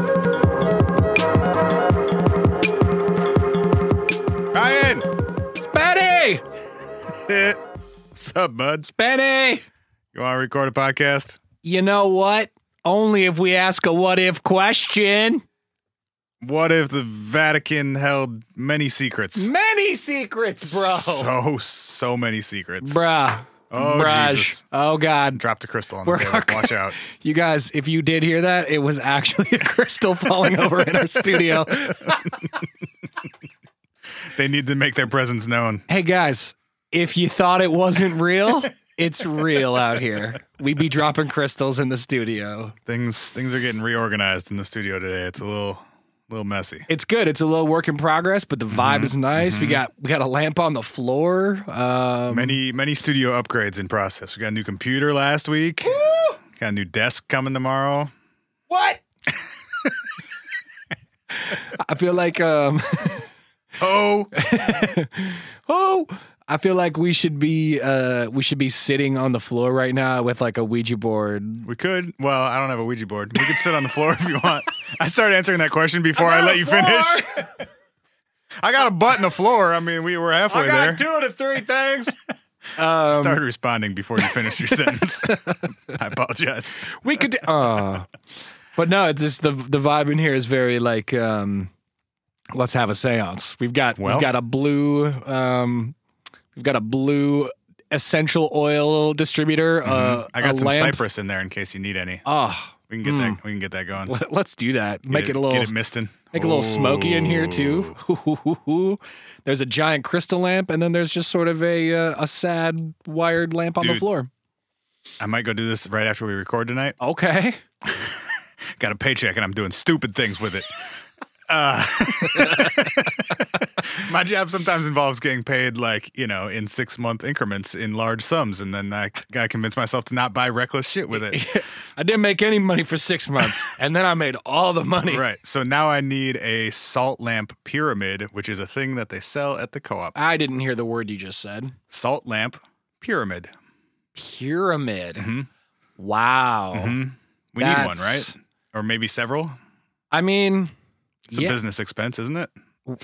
up, bud? Benny, You want to record a podcast? you know what? Only if we ask a what if question. What if the Vatican held many secrets? Many secrets, bro. So, so many secrets. Bruh. Oh, Bruh. Jesus. Oh, God. Dropped a crystal on We're- the table. Watch out. You guys, if you did hear that, it was actually a crystal falling over in our studio. They need to make their presence known. Hey, guys, if you thought it wasn't real, it's real out here. We be dropping crystals in the studio. Things things are getting reorganized in the studio today. It's a little little messy. It's good. It's a little work in progress, but the vibe Mm-hmm. is nice. We got we got a lamp on the floor. Um, Many many studio upgrades in process. We got a new computer last week. Got a new desk coming tomorrow. What? I feel like um Oh, oh I feel like we should be uh we should be sitting on the floor right now with like a Ouija board. we could. Well, I don't have a Ouija board. We could sit on the floor if you want. I started answering that question before I let you finish. I got a butt in the floor. I mean, we were halfway there. two to three things. um, Start responding before you finish your sentence. I apologize. we could do, oh. But no, it's just the the vibe in here is very like um let's have a séance. We've got Well. we've got a blue um we've got a blue essential oil distributor uh, Mm-hmm. I got a some lamp. cypress in there in case you need any. Oh, We can get that. We can get that going. Let- Let's do that. Get Make it, a little Get it misting. make it a little smoky in here too. Oh. there's a giant crystal lamp, and then there's just sort of a uh, a sad wired lamp on the Dude. floor. I might go do this right after we record tonight. Okay, Got a paycheck and I'm doing stupid things with it. Uh, my job sometimes involves getting paid like you know in six month increments in large sums, and then I gotta convince myself to not buy reckless shit with it. I didn't make any money for six months, and then I made all the money. Right. So now I need a salt lamp pyramid, which is a thing that they sell at the co op. I didn't hear the word you just said. Salt lamp pyramid. Pyramid. Mhm. Wow. Mhm. We need one, right? That's- Or maybe several. I mean, It's a yeah, business expense, isn't it?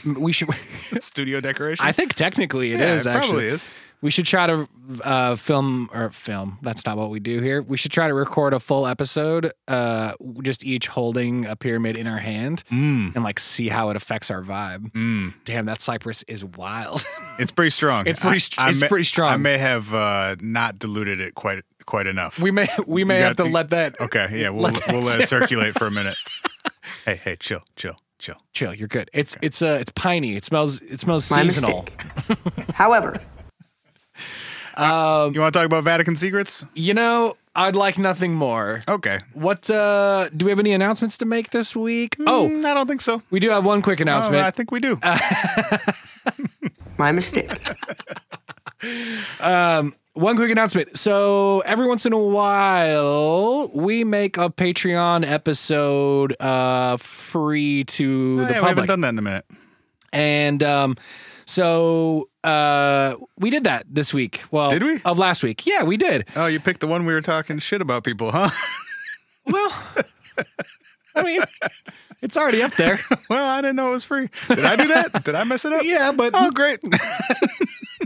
we should. Studio decoration. I think technically it is yeah, it actually. probably is. We should try to uh, film or film. That's not what we do here. We should try to record a full episode, uh, just each holding a pyramid in our hand Mm. and like see how it affects our vibe. Mm. Damn, that cypress is wild. It's pretty strong. it's pretty. I, I it's may, pretty I strong. may have uh, not diluted it quite quite enough. we may we may You have got- Oh. to let that okay, yeah, we'll Let that we'll let it circulate for a minute. hey, hey, chill, chill, chill. chill. You're good. It's it's uh it's piney. It smells it smells My seasonal. mistake. However, Um, You want to talk about Vatican secrets? you know, I'd like nothing more. Okay. What uh do we have any announcements to make this week? Oh, Uh, Mm, I don't think so. we do have one quick No, announcement. I think we do. my mistake. Um, one quick announcement. So every once in a while, we make a Patreon episode uh, free to Oh, the yeah, we haven't public, done that in a minute. and um, so uh, we did that this week. Well, Did we? Of last week? Yeah, we did. Oh, you picked the one we were talking shit about people, huh? Well, I mean, it's already up there. well, I didn't know it was free. Did I do that? Did I mess it up? Yeah, but Oh, great. Well,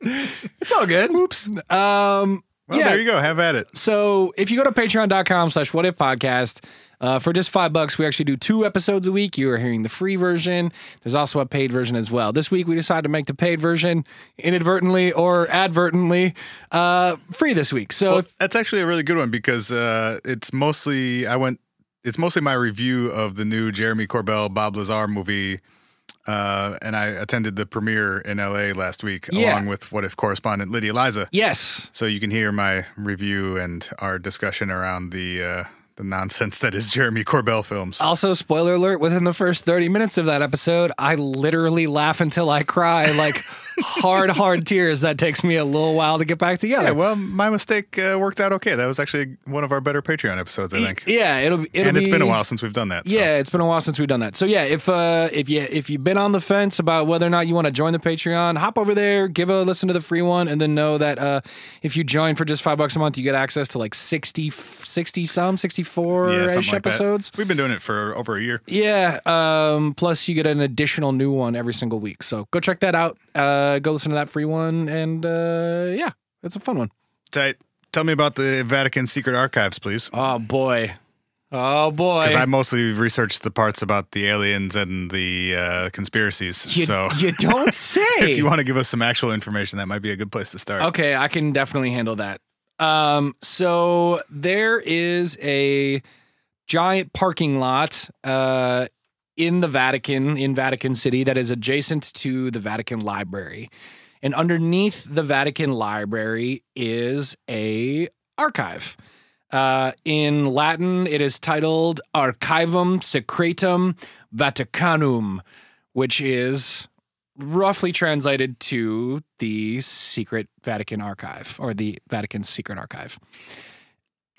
it's all good. Oops. Um, yeah, there you go. Have at it. so if you go to patreon.com slash what if podcast uh, for just five bucks we actually do two episodes a week you are hearing the free version there's also a paid version as well this week we decided to make the paid version inadvertently or advertently uh, free this week so Well, if- that's actually a really good one because uh, it's mostly I went. It's mostly my review of the new Jeremy Corbell Bob Lazar movie, uh, and I attended the premiere in L.A. last week Yeah. along with What If correspondent Lydia Liza. yes So you can hear my review and our discussion around the uh, the nonsense that is Jeremy Corbell films. also spoiler alert within the first 30 minutes of that episode i literally laugh until i cry like hard hard tears that takes me a little while to get back together yeah, well, my mistake uh, worked out okay. That was actually one of our better Patreon episodes, I think. yeah it'll, be- it'll and it's been a be- while since we've done that. so. Yeah, it's been a while since we've done that. So yeah, if uh if you if you've been on the fence about whether or not you want to join the Patreon, hop over there, give a listen to the free one, and then know that uh if you join for just five bucks a month, you get access to like 60, 60 some, sixty four Yeah, ish something like that. episodes. We've been doing it for over a year. Yeah. Um, plus, you get an additional new one every single week. So go check that out. Uh, go listen to that free one, and uh, yeah, That's a fun one. Tight. Tell me about the Vatican secret archives, please. Oh boy. Oh boy. Because I mostly researched the parts about the aliens and the uh, conspiracies. you, so you don't say. if you want to give us some actual information, that might be a good place to start. Okay, I can definitely handle that. Um, so there is a giant parking lot uh, in the Vatican, in Vatican City, that is adjacent to the Vatican Library, and underneath the Vatican Library is a archive. Uh, in Latin, it is titled Archivum Secretum Vaticanum, which is roughly translated to the secret Vatican archive or the Vatican secret archive.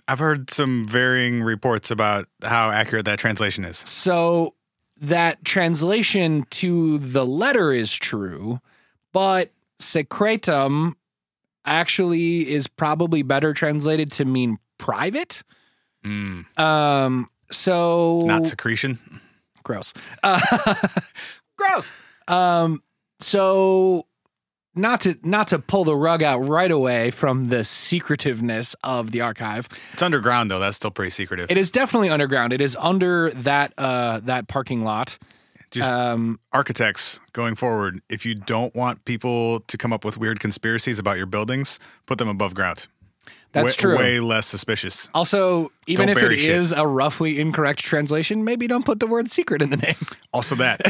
I've heard some varying reports about how accurate that translation is. So that translation to the letter is true, but secretum actually is probably better translated to mean private. Mm, Um, so Not secretion. gross. Uh, gross. Um, so not to not to pull the rug out right away from the secretiveness of the archive. It's underground though. That's still pretty secretive. It is definitely underground. It is under that uh that parking lot. Just- um Architects going forward, if you don't want people to come up with weird conspiracies about your buildings, put them above ground. that's Way- true. Way less suspicious. also, even Don't if it bury is shit. a roughly incorrect translation, maybe don't put the word secret in the name. Also, that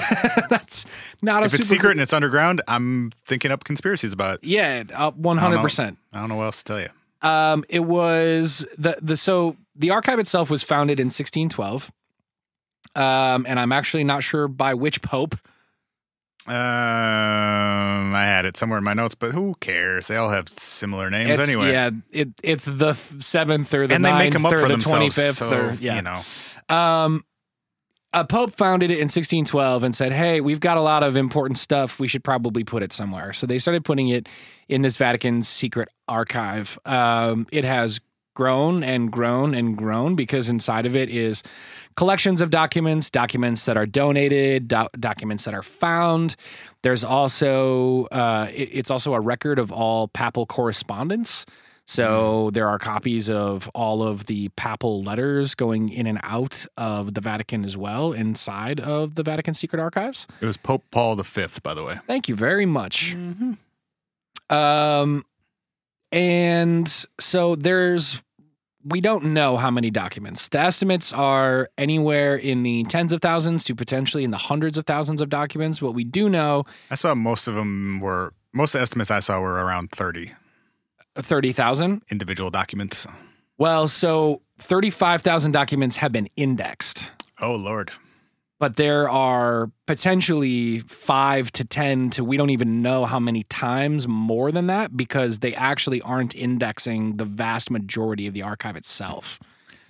that's not a if super it's secret and it's underground, I'm thinking up conspiracies about it. Yeah, uh, one hundred percent. I don't know what else to tell you. Um, it was the the so the archive itself was founded in 1612, um, and I'm actually not sure by which pope. Um, I had it somewhere in my notes, but who cares? They all have similar names It's, anyway. yeah, it it's the f- seventh or the and they make ninth them up or for the twenty themselves. fifth so, or yeah. you know, Um, a pope founded it in 1612 and said, "Hey, we've got a lot of important stuff. We should probably put it somewhere." So they started putting it in this Vatican secret archive. Um, it has grown and grown and grown because inside of it is collections of documents, documents that are donated, doc- documents that are found. There's also uh, it- it's also a record of all papal correspondence. So there are copies of all of the papal letters going in and out of the Vatican as well inside of the Vatican secret archives. it was Pope Paul V, by the way. Thank you very much. Um, and so there's, we don't know how many documents. The estimates are anywhere in the tens of thousands to potentially in the hundreds of thousands of documents. What we do know, I saw most of them were most of the estimates I saw were around thirty 30,000. individual documents. Well, so 35,000 documents have been indexed. Oh Lord, but there are potentially five to 10 to we don't even know how many times more than that because they actually aren't indexing the vast majority of the archive itself.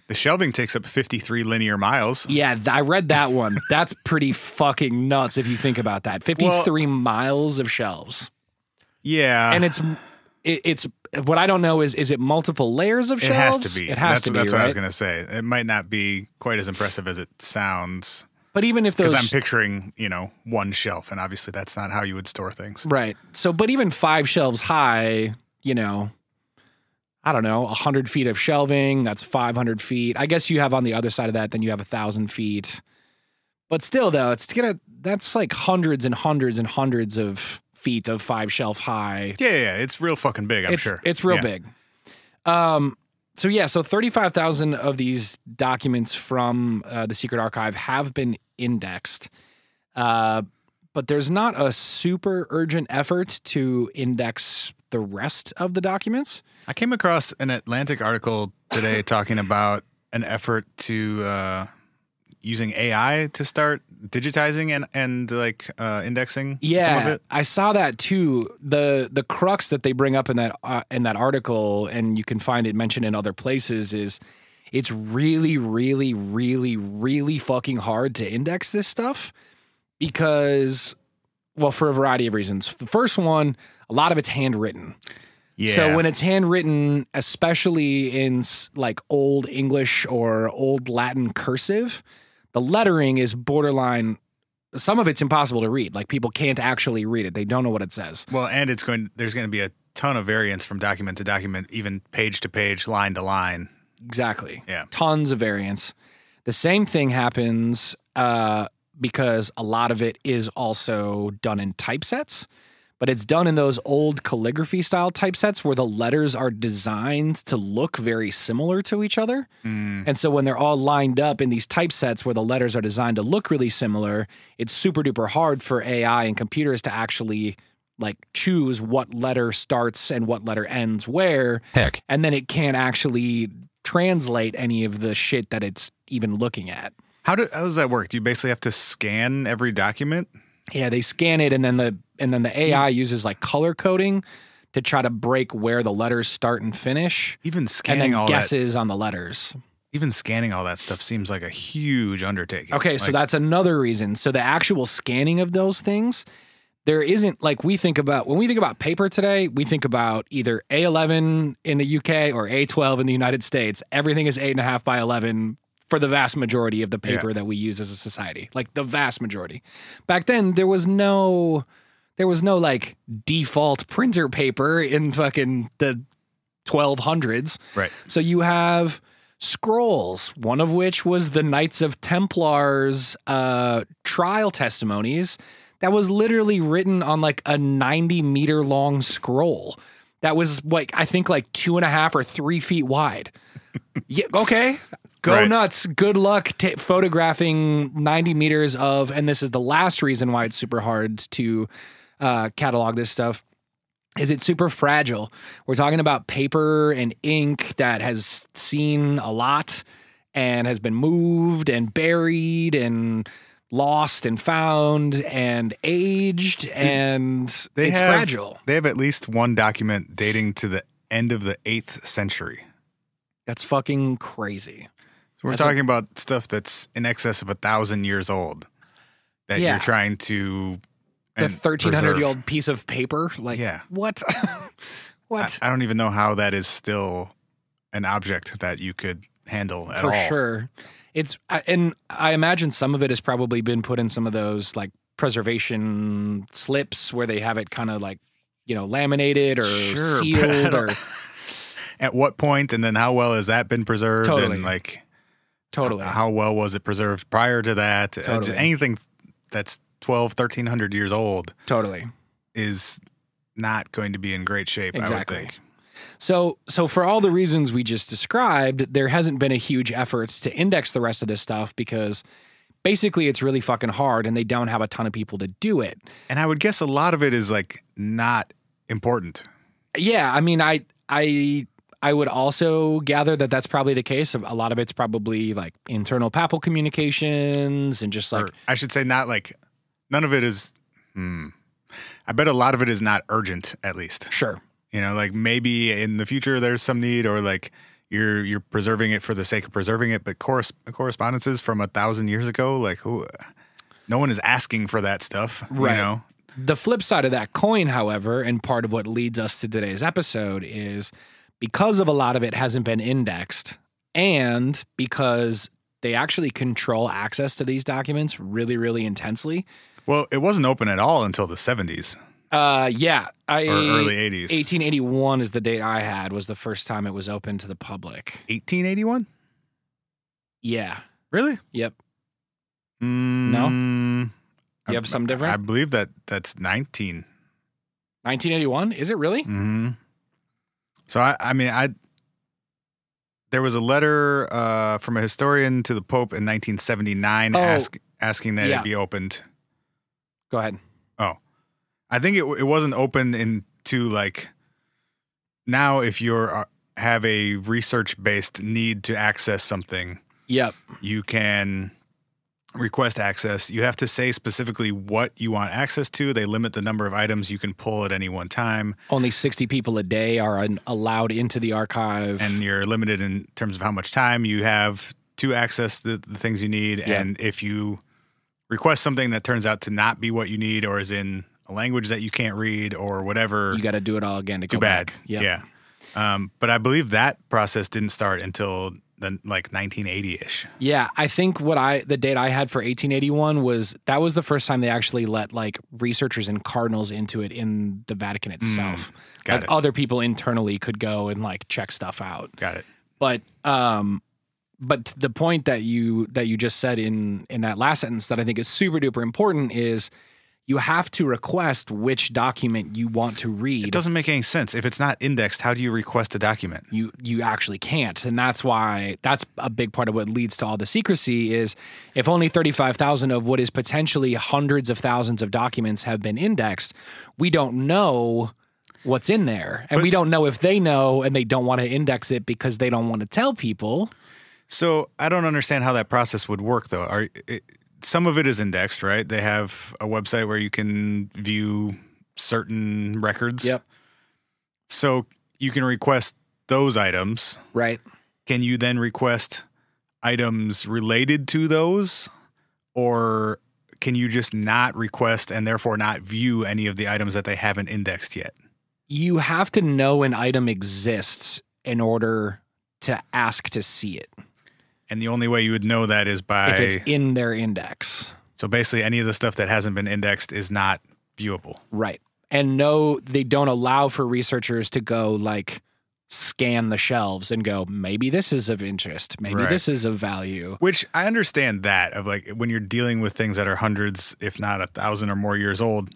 the shelving takes up fifty-three linear miles. Yeah, th- I read that one. That's pretty fucking nuts if you think about that. 53 miles of shelves. Yeah, And it's it, it's what I don't know is is it multiple layers of it shelves? has to be. It has that's, to be, That's what I was right? gonna say. It might not be quite as impressive as it sounds But even if because those I'm picturing you know one shelf, and obviously that's not how you would store things. Right. So, but even five shelves high, you know, I don't know, 100 feet of shelving, that's 500 feet. I guess you have on the other side of that, then you have a 1,000 feet. But still, though, it's gonna, that's like hundreds and hundreds and hundreds of feet of five shelf high. Yeah, yeah, yeah, it's real fucking big. I'm it's, sure It's real Yeah. big. Um, so yeah, so 35,000 of these documents from uh, the Secret Archive have been indexed. Uh, but there's not a super urgent effort to index the rest of the documents. I came across an Atlantic article today talking about an effort to uh, using AI to start digitizing and and like uh, indexing some of Yeah, it. I saw that too. the The crux that they bring up in that uh, in that article, and you can find it mentioned in other places, is it's really, really, really, really fucking hard to index this stuff because, well, for a variety of reasons. The first one, a lot of it's handwritten. Yeah. So when it's handwritten, especially in s- like old English or old Latin cursive, the lettering is borderline. Some of it's impossible to read. Like people can't actually read it. They don't know what it says. well, and it's going. There's going to be a ton of variance from document to document, even page to page, line to line. Exactly. Yeah. Tons of variants. The same thing happens uh, because a lot of it is also done in typesets, but it's done in those old calligraphy style typesets where the letters are designed to look very similar to each other. Mm, And so when they're all lined up in these typesets where the letters are designed to look really similar, it's super duper hard for AI and computers to actually like choose what letter starts and what letter ends where Heck, and then it can't actually translate any of the shit that it's even looking at. How, do, how does that work? Do you basically have to scan every document? Yeah, they scan it and then the and then the AI uses like color coding to try to break where the letters start and finish Even and scanning then all that, guesses on the letters. even scanning all that stuff seems like a huge undertaking. Okay, so Like, that's another reason. So the actual scanning of those things, there isn't like we think about when we think about paper today, we think about either A11 in the UK or A12 in the United States. Everything is eight and a half by 11 for the vast majority of the paper that we use as a society, like the vast majority. Back then, there was no, there was no like default printer paper in fucking the 1200s. right. So you have scrolls, one of which was the Knights of Templars uh, trial testimonies that was literally written on like a 90 meter long scroll. That was like, I think like two and a half or three feet wide. yeah, okay. Go Right. nuts. Good luck t- photographing 90 meters of, and this is the last reason why it's super hard to uh, catalog this stuff is it super fragile? We're talking about paper and ink that has seen a lot and has been moved and buried and lost and found and aged and They it's have, fragile. They have at least one document dating to the end of the eighth century. That's fucking crazy. So we're That's a- talking about stuff that's in excess of a thousand years old that Yeah. you're trying to The and 1300 preserve. year old piece of paper like Yeah. what? I, what? I don't even know how that is still an object that you could handle at for all. sure. It's I- and I imagine some of it has probably been put in some of those like preservation slips where they have it kind of like you know laminated or Sure, but I sealed or don't- At what point, and then how well has that been preserved? Totally. And like, totally. how well was it preserved prior to that? Uh, just Totally. anything that's 12, 1300 years old Totally. is not going to be in great shape, Exactly. I would think. So, so for all the reasons we just described, there hasn't been a huge effort to index the rest of this stuff because basically it's really fucking hard and they don't have a ton of people to do it. And I would guess a lot of it is like not important. Yeah, I mean, I, I, I would also gather that that's probably the case. A lot of it's probably like internal papal communications and just like or I should say, not like, none of it is, hmm. I bet a lot of it is not urgent, at least. sure, you know like maybe in the future there's some need or like you're you're preserving it for the sake of preserving it but corres- correspondences from a thousand years ago like who no one is asking for that stuff Right. you know The flip side of that coin, however, and part of what leads us to today's episode is because of a lot of it hasn't been indexed and because they actually control access to these documents really, really intensely. well it wasn't open at all until the 70s Uh, yeah, I or early 80s 1881 is the date I had was the first time it was open to the public. 1881 Yeah. really Yep. no You have some different? Mm, i believe that that's 19 1981? Is it really? hmm So I, I mean, I there was a letter uh, from a historian to the Pope in 1979 Oh. ask, asking that Yeah. it be opened. Go ahead. I think it it wasn't open into like now if you're uh, have a research based need to access something, Yep. you can request access. You have to say specifically what you want access to. They limit the number of items you can pull at any one time. Only 60 people a day are un- allowed into the archive. and you're limited in terms of how much time you have to access the, the things you need. Yeah. And if you request something that turns out to not be what you need or is in a language that you can't read or whatever, you got to do it all again to too go bad. back. Yeah. Um, but I believe that process didn't start until the like 1980ish. Yeah, I think what I the date I had for 1881 was that was the first time they actually let like researchers and cardinals into it in the Vatican itself. Mm. got like it. other people internally could go and like check stuff out. Got it. But um but the point that you that you just said in in that last sentence that I think is super duper important is you have to request which document you want to read. It doesn't make any sense. If it's not indexed, how do you request a document? you you actually can't and that's why that's a big part of what leads to all the secrecy is if only 35,000 of what is potentially hundreds of thousands of documents have been indexed we don't know what's in there and we it's- don't know if they know and they don't want to index it because they don't want to tell people So I don't understand how that process would work, though. Are it, some of it is indexed, right? They have a website where you can view certain records. Yep. So you can request those items. right Can you then request items related to those, or can you just not request and therefore not view any of the items that they haven't indexed yet? you have to know an item exists in order to ask to see it And the only way you would know that is by if it's in their index so basically any of the stuff that hasn't been indexed is not viewable. Right. And no, they don't allow for researchers to go like scan the shelves and go, maybe this is of interest. Maybe Right. this is of value. Which I understand that of like when you're dealing with things that are hundreds, if not a thousand or more years old,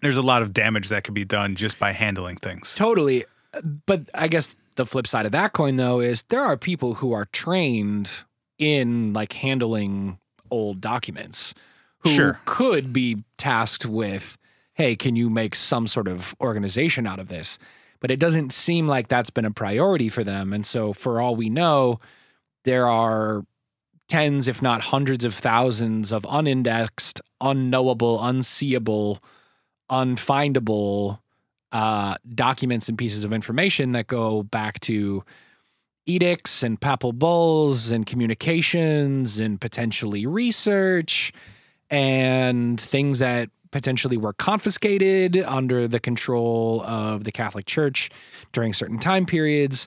there's a lot of damage that could be done just by handling things. Totally. But I guess the flip side of that coin, though, is there are people who are trained in like handling old documents who Sure. could be tasked with, hey, can you make some sort of organization out of this? But it doesn't seem like that's been a priority for them. And so, for all we know, there are tens, if not hundreds of thousands of unindexed, unknowable, unseeable, unfindable uh, documents and pieces of information that go back to edicts and papal bulls and communications and potentially research and things that potentially were confiscated under the control of the Catholic Church during certain time periods,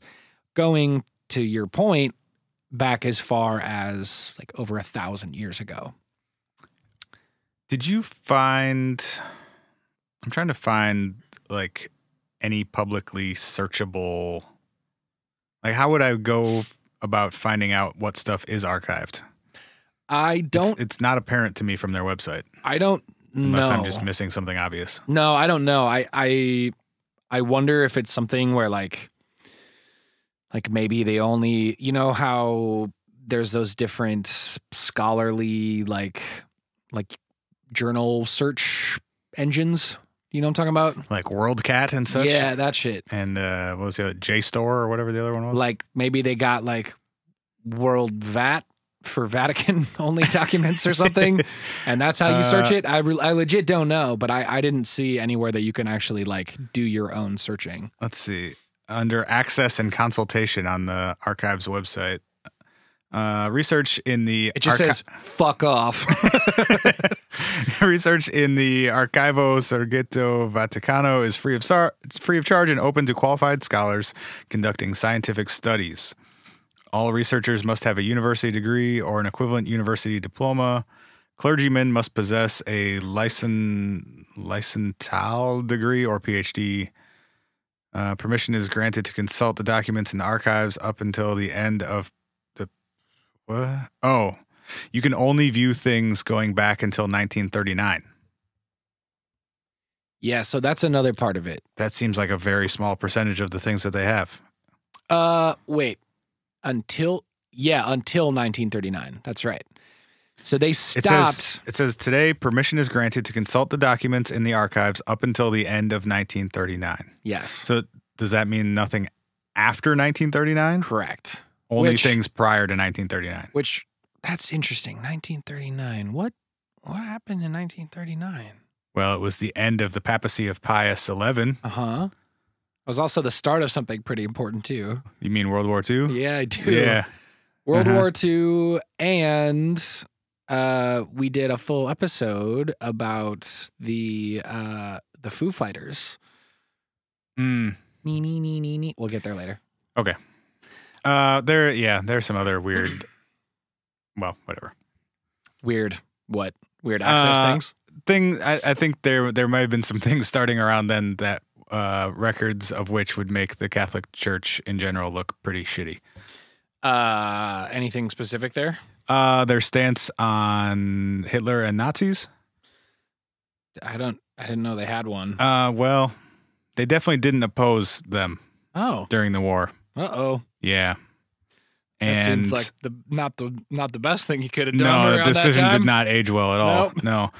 going to your point back as far as like over a thousand years ago. Did you find I'm trying to find like any publicly searchable like how would I go about finding out what stuff is archived? I don't, it's, it's not apparent to me from their website I don't unless know. I'm just missing something obvious. No, I don't know. I I I wonder if it's something where like like maybe they only you know how there's those different scholarly like like journal search engines. You know what I'm talking about? Like WorldCat and such. yeah, that shit. And uh, what was the other JSTOR or whatever the other one was? Like maybe they got like World VAT for Vatican only documents or something, and that's how you search Uh, it. I re- I legit don't know, but I I didn't see anywhere that you can actually like do your own searching. let's see under access and consultation on the archives website uh, research in the It just archi- says "fuck off." research in the Archivo Sergito Vaticano is free of sar- it's free of charge and open to qualified scholars conducting scientific studies. All researchers must have a university degree or an equivalent university diploma. Clergymen must possess a licen- licental degree or PhD. Uh, permission is granted to consult the documents in the archives up until the end of the. What? Oh, you can only view things going back until 1939. yeah, so that's another part of it. That seems like a very small percentage of the things that they have. Uh, wait, until yeah, until 1939. That's right. So they It stopped. says it says today permission is granted to consult the documents in the archives up until the end of 1939. yes, So does that mean nothing after 1939? correct. Only Which- things prior to 1939. Which that's interesting. 1939. What what happened in 1939? Well, it was the end of the papacy of Pius XI. Uh huh. It was also the start of something pretty important too. You mean World War II? Yeah, I do. Yeah. World Uh-huh. War II, and uh, we did a full episode about the uh, the Foo Fighters. Mm. Nee, nee, nee, nee, nee. We'll get there later. Okay. Uh, there, yeah, there's some other weird. Well, whatever Weird. What? Weird access Uh, things. thing. I, I think there there might have been some things starting around then that uh, records of which would make the Catholic Church in general look pretty shitty. Uh, anything specific there? Uh, their stance on Hitler and Nazis. I don't. I didn't know they had one. Uh, well, they definitely didn't oppose them oh. during the war. Uh oh. Yeah, That and seems like the not the not the best thing you could have done. no, the around decision that time. did not age well at all. No,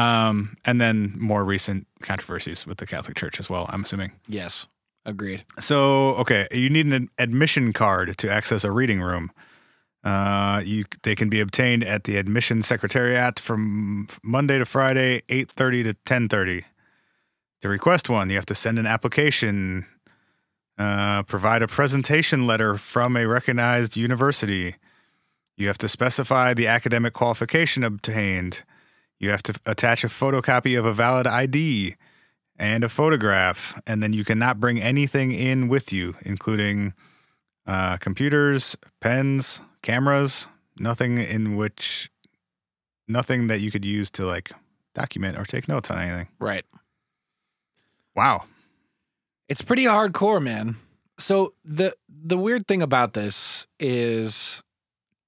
um, and then more recent controversies with the Catholic Church as well. I'm assuming. Yes. Agreed. So, okay, you need an admission card to access a reading room. Uh, you they can be obtained at the admission secretariat from Monday to Friday, eight thirty to ten thirty. To request one, you have to send an application, uh, provide a presentation letter from a recognized university. You have to specify the academic qualification obtained. You have to attach a photocopy of a valid ID and a photograph, and then you cannot bring anything in with you, including uh, computers, pens, cameras, nothing in which, nothing that you could use to like document or take notes on anything. Right. Wow. It's pretty hardcore, man. So the the weird thing about this is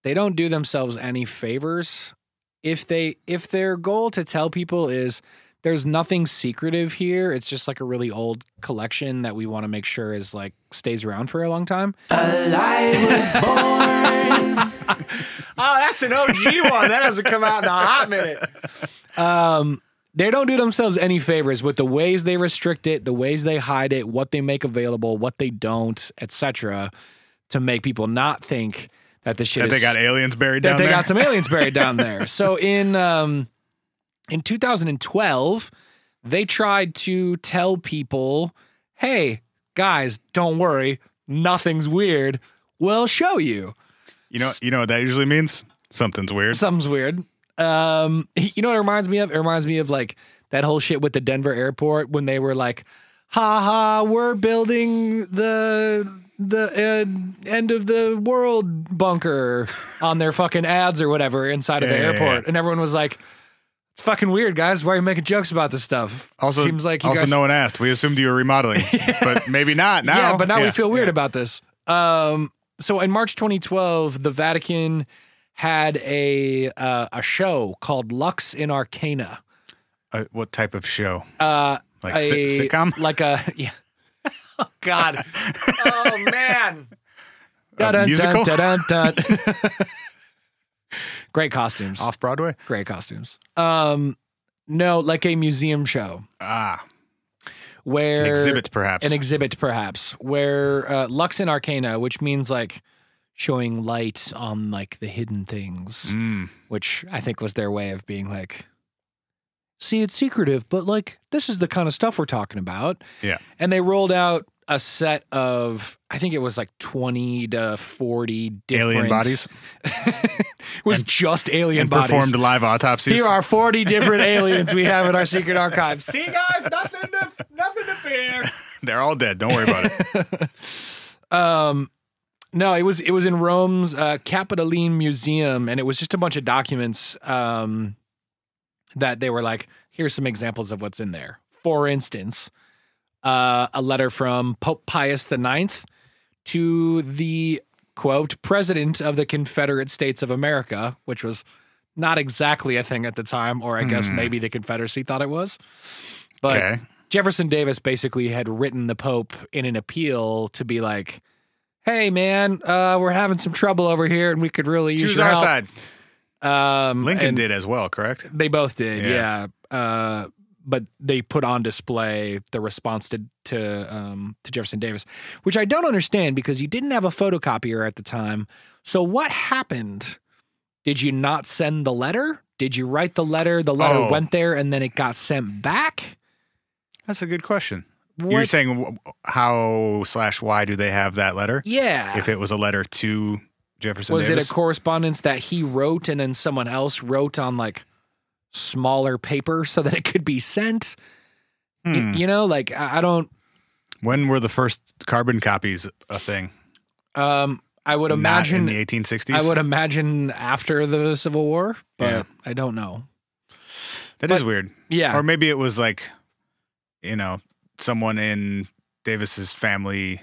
they don't do themselves any favors if they if their goal to tell people is there's nothing secretive here. It's just like a really old collection that we want to make sure is like stays around for a long time. oh, that's an OG one. That hasn't come out in a hot minute. Um, they don't do themselves any favors with the ways they restrict it, the ways they hide it, what they make available, what they don't, etc., to make people not think that the shit That is they got aliens buried that down they there. got some aliens buried down there. So in um, in 2012, they tried to tell people, "Hey, guys, don't worry, nothing's weird. We'll show you." you know, you know what that usually means? Something's weird. Something's weird. Um, you know what it reminds me of? It reminds me of like that whole shit with the Denver airport when they were like, "Ha ha, we're building the the uh, end of the world bunker on their fucking ads or whatever inside of the Yeah, yeah, airport," yeah. and everyone was like. It's fucking weird, guys. Why are you making jokes about this stuff? Also, seems like you also guys no one asked. We assumed you were remodeling, but maybe not now. yeah, but now we Yeah. feel weird about this. Um, so in March 2012, the Vatican had a uh, a show called Lux in Arcana. Uh, what type of show? Uh, Like sit- a- sitcom? like a yeah. Oh God! oh man! Dun-dun-dun, musical? dun-dun-dun. Great costumes. Off Broadway? Great costumes. Um, no, like a museum show Ah, where an exhibit perhaps. an exhibit perhaps where uh, lux in arcana which means like showing light on like the hidden things Mm. which i think was their way of being like see it's secretive but like this is the kind of stuff we're talking about Yeah. and they rolled out a set of i think it was like 20 to 40 different Alien bodies it was just alien and bodies performed live autopsies. here are 40 different aliens we have in our secret archives see guys nothing to nothing to fear They're all dead. Don't worry about it. Um, no, it was it was in Rome's uh, Capitoline Museum, and it was just a bunch of documents um, that they were like, "Here's some examples of what's in there." For instance, uh, a letter from Pope Pius IX to the quote president of the Confederate States of America, which was not exactly a thing at the time, or I guess maybe the Confederacy thought it was. But okay. Jefferson Davis basically had written the Pope in an appeal to be like, "Hey, man, uh, we're having some trouble over here, and we could really use Choose your our help." side. Um, Lincoln and did as well, correct? They both did, yeah. Yeah. Uh, but they put on display the response to to um, to Jefferson Davis, which I don't understand because you didn't have a photocopier at the time. So what happened? Did you not send the letter? Did you write the letter? The letter Oh. went there, and then it got sent back. That's a good question. You're What- saying wh- how slash why do they have that letter? yeah. If it was a letter to Jefferson was Davis, it a correspondence that he wrote and then someone else wrote on like smaller paper so that it could be sent Y- Hmm. you know like i I don't when were the first carbon copies a thing? um I would Not in imagine the 1860s. I would imagine after the Civil War, but Yeah. I don't know. That is weird. Yeah. Or maybe it was like, you know, someone in Davis's family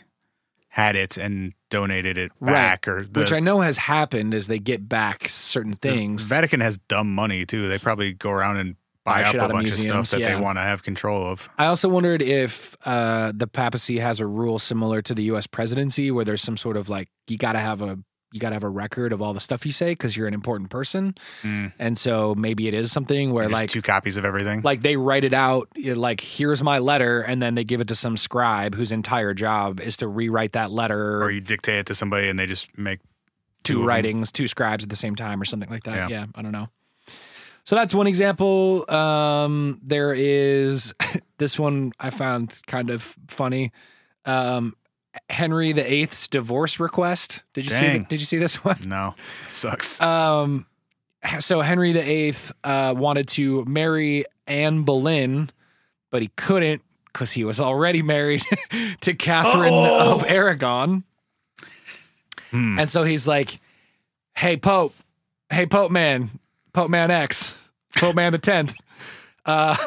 had it and donated it Right. back, or the which I know has happened as they get back certain things. Vatican has dumb money too. They probably go around and buy Buy up shit a out of bunch of museums, stuff that yeah. they want to have control of. I also wondered if uh, the papacy has a rule similar to the U.S. presidency, where there's some sort of like you got to have a you got to have a record of all the stuff you say because you're an important person, Mm. and so maybe it is something where Just like two copies of everything. like they write it out you know, like here's my letter, and then they give it to some scribe whose entire job is to rewrite that letter or you dictate it to somebody and they just make two of two them. writings, two scribes at the same time, or something like that. Yeah, Yeah. I don't know. So that's one example. Um, there is this one I found kind of funny. Um, Henry VIII's divorce request. Did you see? Dang. Did you see this one? No, it sucks. Um, so Henry VIII uh, wanted to marry Anne Boleyn, but he couldn't because he was already married to Catherine Uh-oh. of Aragon. Hmm. And so he's like, "Hey Pope, hey Pope man, Pope man X, Pope man the tenth. Um,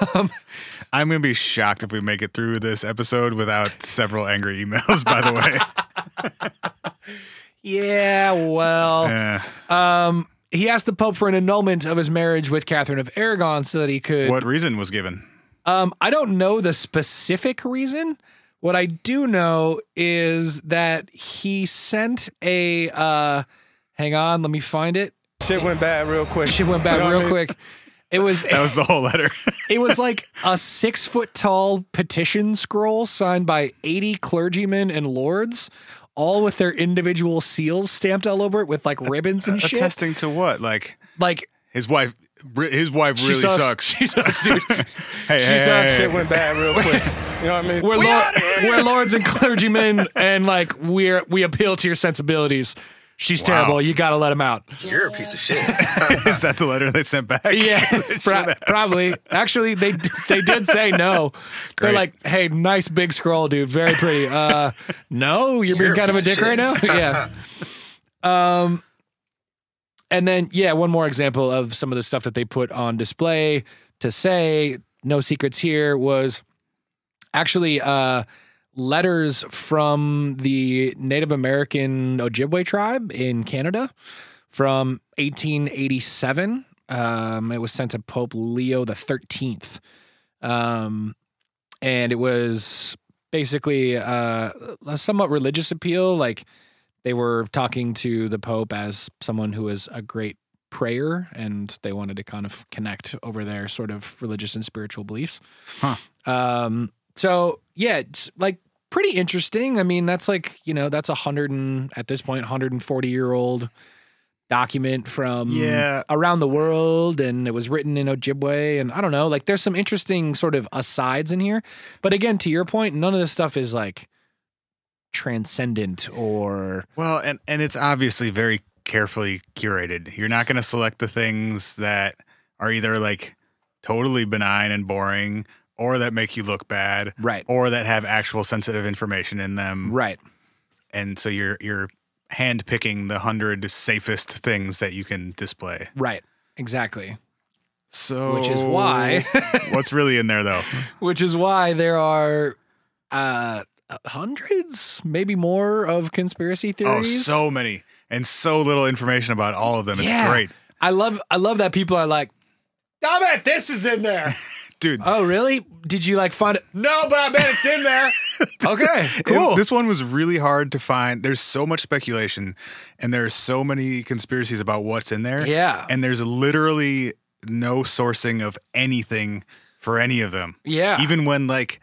I'm gonna be shocked if we make it through this episode without several angry emails. By the way, yeah, well, Eh, um, he asked the Pope for an annulment of his marriage with Catherine of Aragon so that he could what reason was given? Um, I don't know the specific reason. What I do know is that he sent a. Uh, hang on, let me find it. Shit went bad real quick. Shit went back You know what I real mean? quick. It was That was the whole letter. it was like a six foot tall petition scroll signed by eighty clergymen and lords, all with their individual seals stamped all over it with like ribbons and shit. Attesting to what? Like Like his wife. re- His wife She really sucks. sucks. She sucks, dude. hey, She hey, sucks. hey, Shit went bad real quick. You know what I mean? we're, lor- we're lords and clergymen, and like we're we appeal to your sensibilities. She's Wow. terrible. You gotta let him out. You're a piece of shit. hey. Is that the letter they sent back? Yeah, pro- probably. Actually, they they did say no. They're Great. like, "Hey, nice big scroll, dude. Very pretty." Uh, no, you're being You're a kind of a piece dick of right now. yeah. Um, and then yeah, one more example of some of the stuff that they put on display to say no secrets here was actually uh letters from the Native American Ojibwe tribe in Canada from 1887. Um, it was sent to Pope Leo the Thirteenth, um, and it was basically uh, a somewhat religious appeal. Like they were talking to the Pope as someone who is a great prayer, and they wanted to kind of connect over their sort of religious and spiritual beliefs. Huh. Um, so yeah, it's like pretty interesting. I mean, that's like you know that's a hundred and at this point, hundred and forty year old document from Yeah. around the world and it was written in Ojibwe and I don't know like there's some interesting sort of asides in here but again to your point none of this stuff is like transcendent or Well, and and it's obviously very carefully curated. You're not going to select the things that are either like totally benign and boring, or that make you look bad, right or that have actual sensitive information in them. right And so you're you're hand picking the hundred safest things that you can display. right exactly So which is why what's really in there though? which is why there are uh hundreds maybe more of conspiracy Oh, theories so many and so little information about all of them. Yeah. It's great. I love I love that people are like Damn it, this is in there. Dude, Oh, really? Did you like find it? No, but I bet it's in there. okay, It- cool. this one was really hard to find. There's so much speculation, and there are so many conspiracies about what's in there. yeah. And there's literally no sourcing of anything for any of them. yeah. Even when like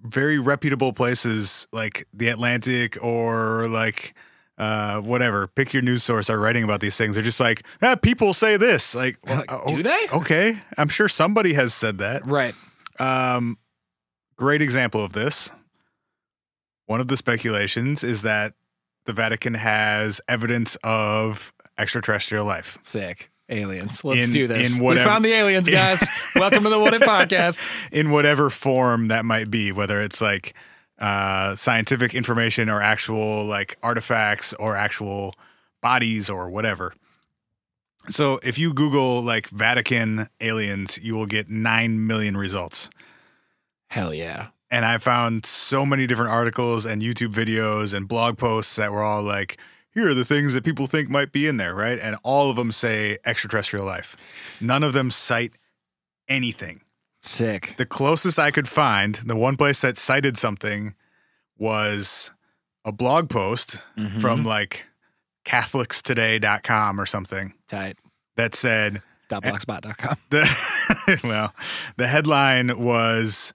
very reputable places like the Atlantic or like uh, whatever, pick your news source are writing about these things. They're just like, ah, people say this. Like, Like, uh, do they? Okay, I'm sure somebody has said that. right. Um, great example of this. One of the speculations is that the Vatican has evidence of extraterrestrial life. Sick. Aliens. Let's In- do this. in we whatever- found the aliens, guys. Welcome to the What If podcast. in whatever form that might be, whether it's like uh, scientific information or actual like artifacts or actual bodies or whatever. So if you Google like Vatican aliens, you will get 9 million results. Hell yeah. And I found so many different articles and YouTube videos and blog posts that were all like, here are the things that people think might be in there, right? And all of them say extraterrestrial life. None of them cite anything. Sick. The closest I could find, the one place that cited something was a blog post Mm-hmm. from like catholicstoday.com or something Tight. that said Dot blogspot.com. the well, the headline was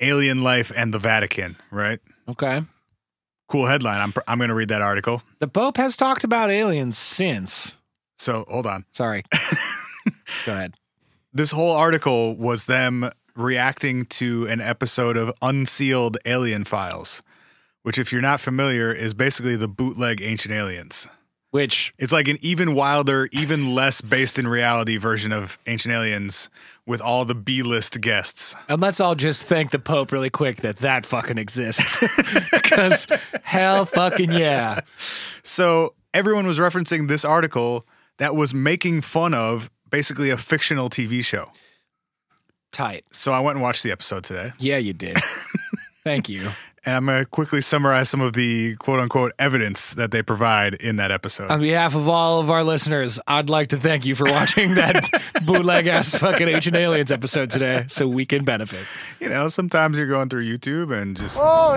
alien life and the Vatican, right? Okay. Cool headline. I'm pr- I'm going to read that article. The Pope has talked about aliens since. So, hold on. Sorry. Go ahead. this whole article was them reacting to an episode of Unsealed Alien Files, which, if you're not familiar, is basically the bootleg Ancient Aliens. Which It's like an even wilder, even less based in reality version of Ancient Aliens with all the B list guests. And let's all just thank the Pope really quick that that fucking exists. Because hell fucking yeah. So everyone was referencing this article that was making fun of basically a fictional TV show. Tight. So I went and watched the episode today. Yeah, you did. Thank you. And I'm going to quickly summarize some of the quote unquote evidence that they provide in that episode. On behalf of all of our listeners, I'd like to thank you for watching that bootleg ass fucking Ancient Aliens episode today so we can benefit. you know, sometimes you're going through YouTube and just Oh.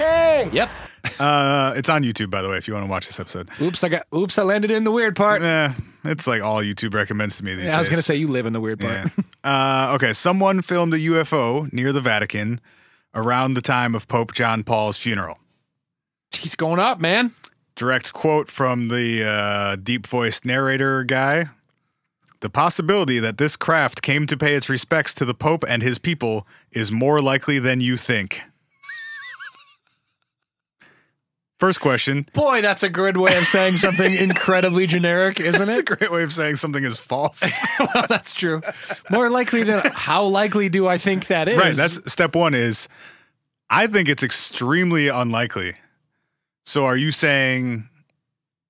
Yep. uh it's on YouTube by the way if you want to watch this episode. Oops, I got oops, I landed in the weird part. Eh, it's like all YouTube recommends to me these days. I was gonna say you live in the weird part. Yeah. Uh, okay, someone filmed a UFO near the Vatican around the time of Pope John Paul's funeral. He's going up, man. Direct quote from the uh, deep voiced narrator guy. The possibility that this craft came to pay its respects to the Pope and his people is more likely than you think. First question Boy, that's a good way of saying something incredibly generic, isn't That's a it? great way of saying something is false. well, that's true. More likely than how likely do I think that is? right. That's step one is I think it's extremely unlikely. So are you saying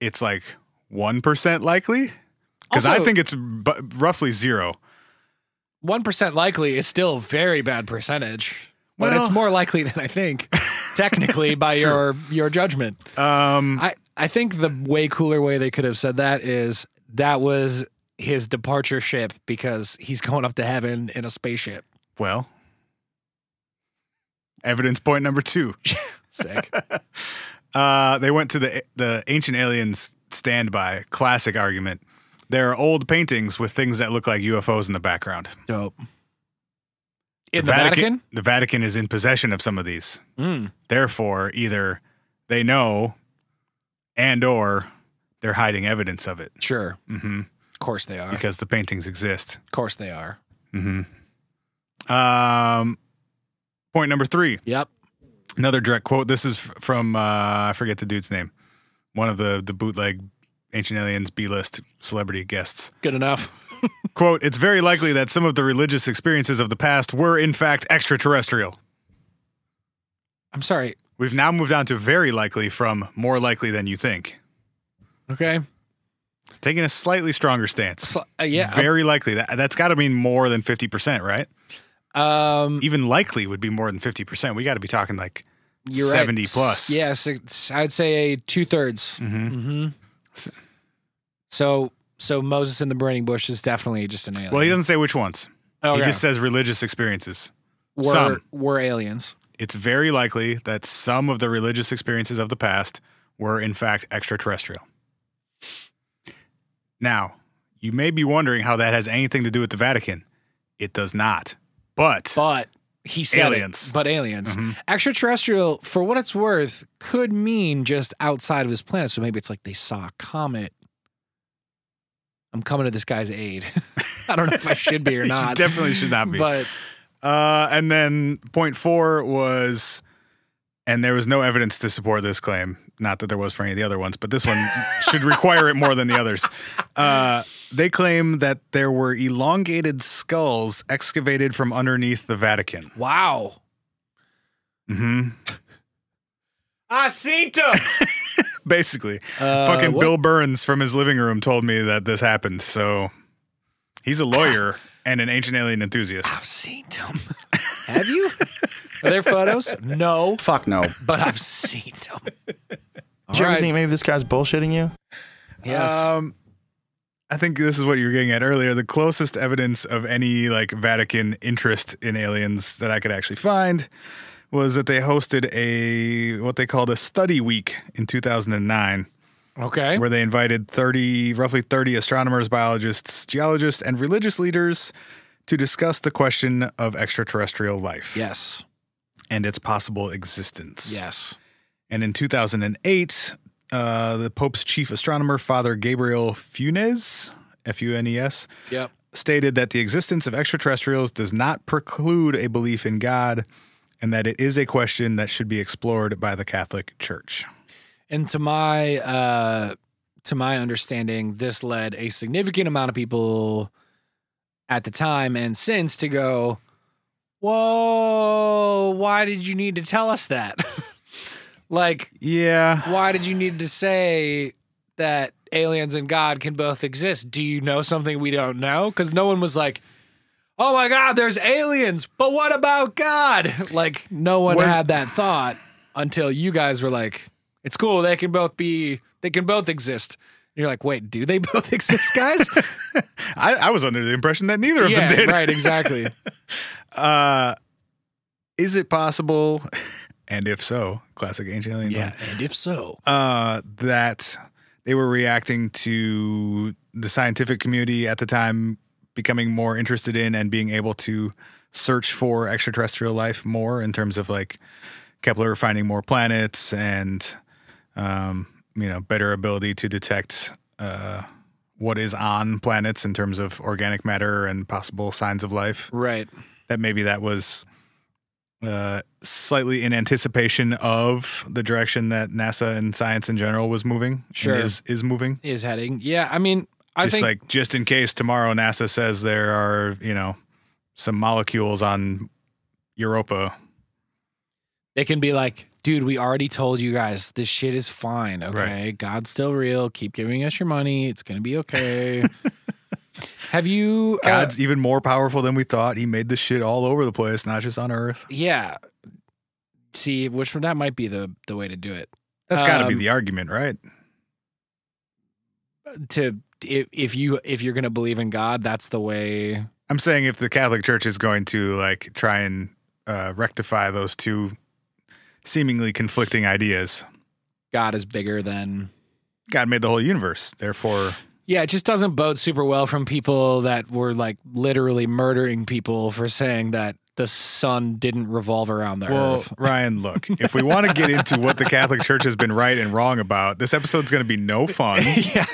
it's like 1% likely? Because I Also- think it's b- roughly zero. one percent likely is still a very bad percentage, but Well- it's more likely than I think. technically, by your your judgment, Um, I I think the way cooler way they could have said that is that was his departure ship because he's going up to heaven in a spaceship. well, evidence point number two. Sick. Uh, they went to the the ancient aliens standby classic argument. There are old paintings with things that look like UFOs in the background. Dope. In the Vatican? The Vatican is in possession of some of these. Mm. therefore either they know and or they're hiding evidence of it Sure. hmm Of course they are. because the paintings exist Of course they are. hmm um, point number three Yep. another direct quote this is f- from uh, i forget the dude's name one of the, the bootleg ancient aliens b-list celebrity guests Good enough. quote it's very likely that some of the religious experiences of the past were in fact extraterrestrial I'm sorry. we've now moved on to very likely from more likely than you think Okay. taking a slightly stronger stance So, uh, yeah. Very likely. That, that's got to mean more than 50%, right? um, Even likely would be more than 50%. We got to be talking like you're 70 right. plus. Yes, it's, I'd say two thirds. Mhm. Mm-hmm. So, so Moses in the burning bush is definitely just an alien. Well, he doesn't say which ones. Okay. He just says religious experiences. we're, some. we're aliens. It's very likely that some of the religious experiences of the past were, in fact, extraterrestrial. Now, you may be wondering how that has anything to do with the Vatican. It does not. But, but he said it, Aliens. Mm-hmm. but aliens. Extraterrestrial, for what it's worth, could mean just outside of his planet. So maybe it's like they saw a comet. I'm coming to this guy's aid. I don't know if I should be or You not. definitely should not be. But Uh, and then point four was, and there was no evidence to support this claim. Not that there was for any of the other ones, but this one should require it more than the others. Uh, they claim that there were elongated skulls excavated from underneath the Vatican. wow. Mm-hmm. I seen him. Basically, Uh, fucking what- Bill Burns from his living room told me that this happened. So he's a lawyer Ah. and an ancient alien enthusiast. I've seen them. Have you? Are there photos? No, Fuck no. but I've seen them. Do you ever think maybe this guy's bullshitting you? Yes. Uh, Um, I think this is what you were getting at earlier. The closest evidence of any like Vatican interest in aliens that I could actually find was that they hosted a what they called a study week in 2009 okay. where they invited 30 roughly 30 astronomers, biologists, geologists and religious leaders to discuss the question of extraterrestrial life Yes. and its possible existence. Yes. And in 2008, uh, the Pope's chief astronomer, Father Gabriel Funes, F U N E S, Yep. stated that the existence of extraterrestrials does not preclude a belief in God and that it is a question that should be explored by the Catholic Church. And to my uh to my understanding, this led a significant amount of people at the time and since to go, Whoa, why did you need to tell us that? like, Yeah. why did you need to say that aliens and God can both exist? Do you know something we don't know? Because no one was like, Oh my God, there's aliens, but what about God? Like, no one Was- had that thought until you guys were like, It's cool, they can both be, they can both exist. And you're like, Wait, do they both exist, guys? I, I was under the impression that neither of yeah, them did. right, exactly. Uh, is it possible, and if so, classic ancient alien yeah, and if so, uh, that they were reacting to the scientific community at the time becoming more interested in and being able to search for extraterrestrial life more in terms of like Kepler finding more planets and um, you know better ability to detect uh, what is on planets in terms of organic matter and possible signs of life right. that maybe that was uh, slightly in anticipation of the direction that NASA and science in general was moving. and Sure. is is moving. Is heading. Yeah, I mean, I just think. like just in case tomorrow NASA says there are you know some molecules on Europa. they can be like, dude, we already told you guys this shit is fine. Okay. God's still real. Keep giving us your money. It's going to be okay. Have you. uh, God's even more powerful than we thought. He made this shit all over the place, not just on Earth. yeah. See, which one that might be the, the way to do it. That's got to be Um, the argument, right? To if, if you if you're gonna believe in God, that's the way. I'm saying if the Catholic Church is going to like try and uh, rectify those two seemingly conflicting ideas, God is bigger than. God made the whole universe. Therefore, Yeah, it just doesn't bode super well from people that were like literally murdering people for saying that the sun didn't revolve around the well, earth. Ryan, look, if we want to get into what the Catholic Church has been right and wrong about, this episode's going to be no fun. yeah.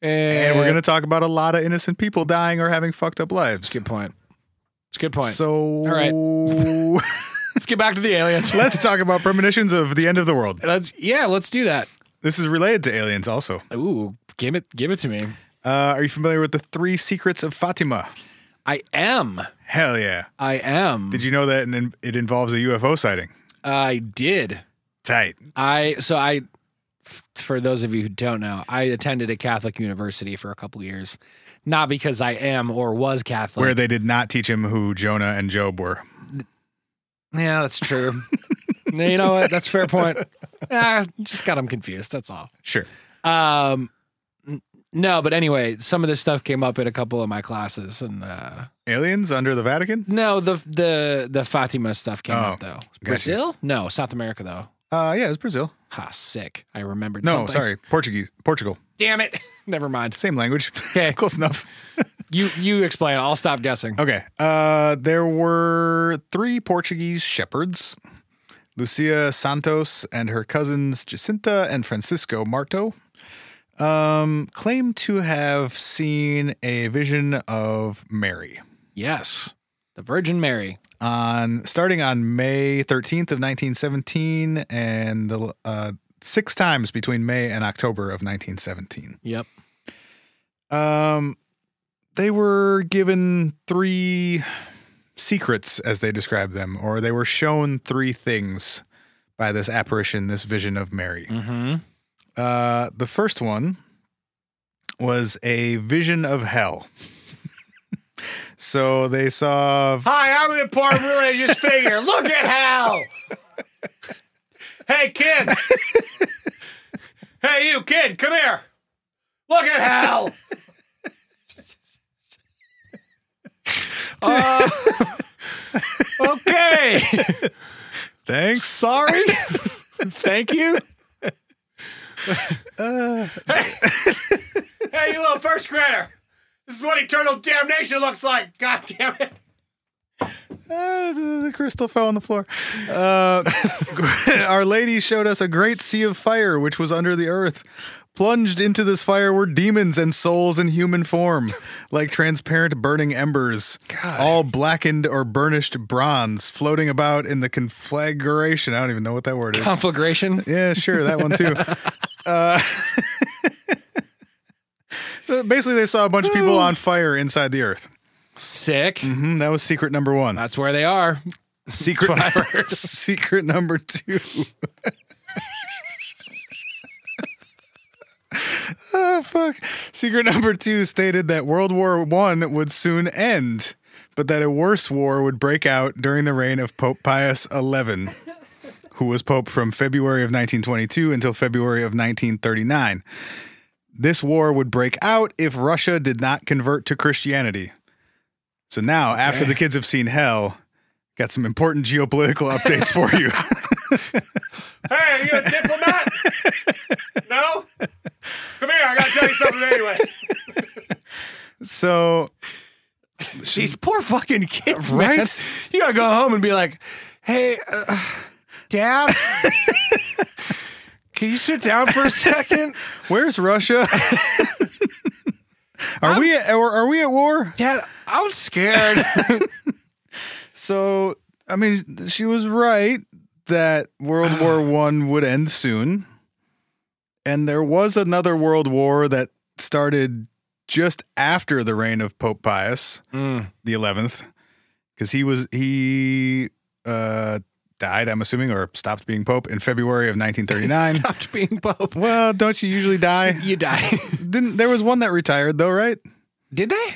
And we're Eh. going to talk about a lot of innocent people dying or having fucked up lives. Good point. It's a good point. So All let's get back to the aliens. let's talk about premonitions of the end of the world. let's yeah, let's do that. This is related to aliens also. Ooh, give it give it to me. Uh, are you familiar with the three secrets of Fatima? I am. Hell yeah. I am. Did you know that and it involves a UFO sighting? I did. Tight. I so I f- for those of you who don't know, I attended a Catholic university for a couple years. Not because I am or was Catholic. Where they did not teach him who Jonah and Job were. yeah, that's true. No, you know what? That's a fair point. Ah, just got them confused. That's all. Sure. Um, n- no, but anyway, some of this stuff came up in a couple of my classes, and uh, Aliens under the Vatican? no, the the the Fatima stuff came up Oh, though. gotcha. Brazil? No, South America though. Uh, yeah, it's Brazil. Ha, sick. I remembered. No, something. sorry, Portuguese, Portugal. Damn it. Never mind. Same language. Okay. Close enough. You you explain. I'll stop guessing. Okay. Uh, there were three Portuguese shepherds Lucia Santos and her cousins Jacinta and Francisco Marto um, claimed to have seen a vision of Mary. Yes, the Virgin Mary. on starting on May 13th of 1917 and the uh, six times between May and October of 1917. Yep. Um, they were given three secrets, as they describe them, or they were shown three things by this apparition, this vision of Mary. Mm-hmm. Uh, the first one was a vision of hell. so they saw Hi, I'm an important religious figure. Look at hell. hey, kids. hey, you kid, come here. Look at hell. Okay. thanks, sorry. Thank you. Hey, you little first grader. This is what eternal damnation looks like. God damn it. Uh, the, the crystal fell on the floor. Uh, Our Lady showed us a great sea of fire, which was under the earth. Plunged into this fire were demons and souls in human form, like transparent burning embers, all blackened or burnished bronze, floating about in the conflagration. I don't even know what that word is. Conflagration. Yeah, sure, that one too. uh, so basically, they saw a bunch of people on fire inside the earth. Sick. Mhm, that was secret number one. That's where they are. Secret, secret number two. oh fuck! Secret number two stated that World War One would soon end, but that a worse war would break out during the reign of Pope Pius XI, who was pope from February of 1922 until February of 1939. This war would break out if Russia did not convert to Christianity. So now, after the kids have seen hell, Got some important geopolitical updates for you. Hey, are you a diplomat? no? Come here, I gotta tell you something anyway. so, These poor fucking kids, Right? man. You gotta go home and be like, "Hey, uh, Dad, can you sit down for a second? where's Russia? are we at, are, are we at war? Dad, I'm scared." So, I mean, she was right that World War 1 would end soon. And there was another world war that started just after the reign of Pope Pius. the eleventh, because he was he uh, died. I'm assuming, or stopped being pope in February of 1939. Stopped being Pope. well, don't you usually die? You die. Didn't there was one that retired though, right? Did they?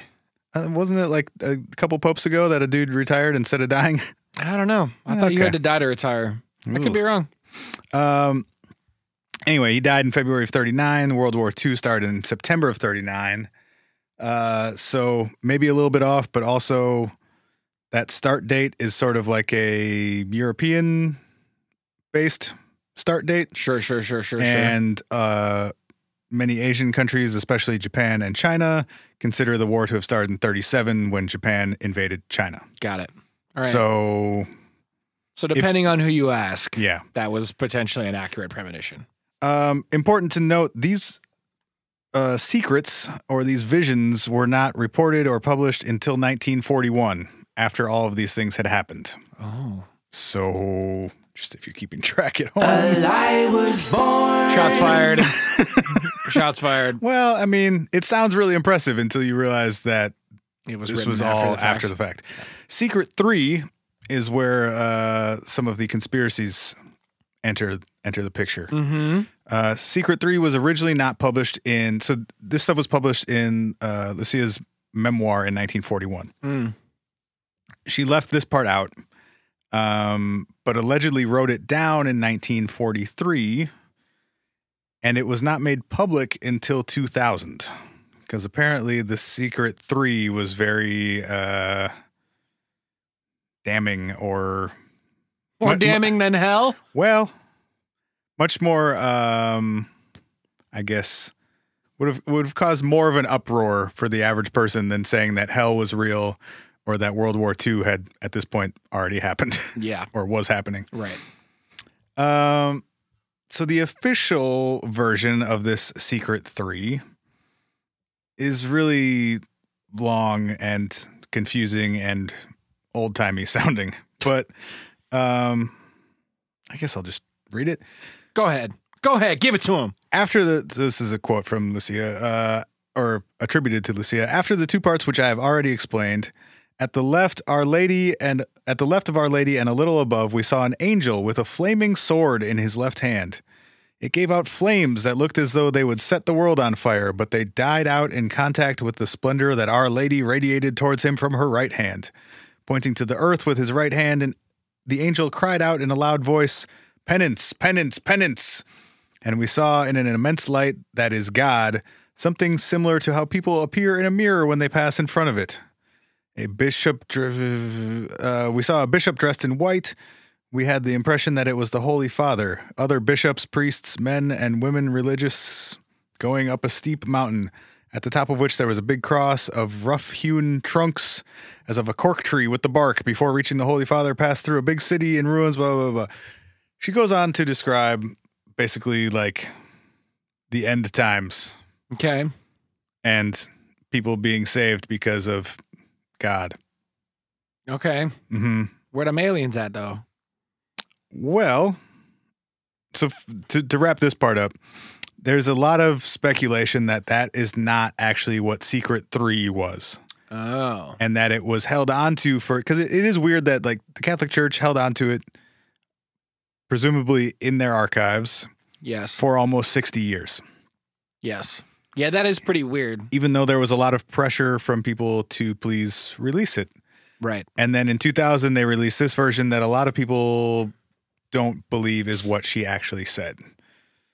Uh, wasn't it like a couple popes ago that a dude retired instead of dying? I don't know. I thought you Okay. had to die to retire. I could Ooh. be wrong. Um. Anyway, he died in February of 39. World War II started in September of 39. Uh, so maybe a little bit off, but also that start date is sort of like a European based start date. Sure, sure, sure, sure, and uh, many Asian countries, especially Japan and China, consider the war to have started in 37 when Japan invaded China. sure. Got it. All right. So, So, depending on who you ask, yeah. that was potentially an accurate premonition. Um, important to note these uh, secrets or these visions were not reported or published until 1941 after all of these things had happened. Oh. So, just if you're keeping track at Uh, home. Shots fired. Shots fired. Well, I mean, it sounds really impressive until you realize that It was this written was after all the fact. after the fact. Secret three is where uh, some of the conspiracies enter enter the picture. Mm-hmm. Uh, Secret three was originally not published in. So this stuff was published in uh, Lucia's memoir in 1941. Mm. She left this part out, um, but allegedly wrote it down in 1943, and it was not made public until 2000. Because apparently, the Secret Three was very uh, damning or More My- my- damning than hell. well, much more. Um, I guess would have would have caused more of an uproar for the average person than saying that hell was real or that World War II had at this point already happened Yeah. or was happening. Right. Um, so the official version of this Secret Three is really long and confusing and old timey sounding, but um, I guess I'll just read it Go ahead. Go ahead. Give it to him. after the this is a quote from Lucia uh, or attributed to Lucia after the two parts which I have already explained At the left, Our Lady, and at the left of Our Lady, and a little above, we saw an angel with a flaming sword in his left hand. It gave out flames that looked as though they would set the world on fire, but they died out in contact with the splendor that Our Lady radiated towards him from her right hand. Pointing to the earth with his right hand, and the angel cried out in a loud voice, Penance, penance, penance! And we saw in an immense light that is God something similar to how people appear in a mirror when they pass in front of it. A bishop, dr- uh, we saw a bishop dressed in white. We had the impression that it was the Holy Father, other bishops, priests, men, and women religious going up a steep mountain, at the top of which there was a big cross of rough hewn trunks, as of a cork tree with the bark, before reaching the Holy Father, passed through a big city in ruins, blah, blah, blah. She goes on to describe basically like the end times Okay. and people being saved because of God. Okay. hmm Where them aliens at though? Well, so f- to, to wrap this part up, there's a lot of speculation that that is not actually what Secret 3 was Oh. and that it was held onto for because it, it is weird that like the Catholic Church held onto it, presumably in their archives, Yes. for almost 60 years. Yes. Yeah, that is pretty weird. Even though there was a lot of pressure from people to please release it. Right. And then in 2000, they released this version that a lot of people don't believe is what she actually said.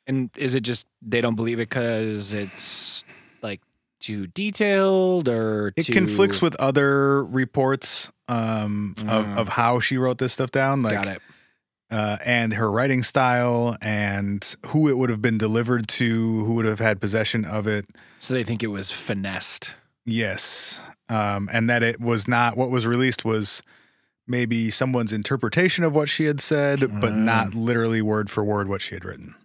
And is it just they don't believe it because it's like too detailed or It too... conflicts with other reports um, of, Mm. of how she wrote this stuff down, Got like it. uh, and her writing style and who it would have been delivered to, who would have had possession of it. So they think it was finessed. Yes, um, and that it was not what was released was maybe someone's interpretation of what she had said, but not Mm. literally word for word what she had written.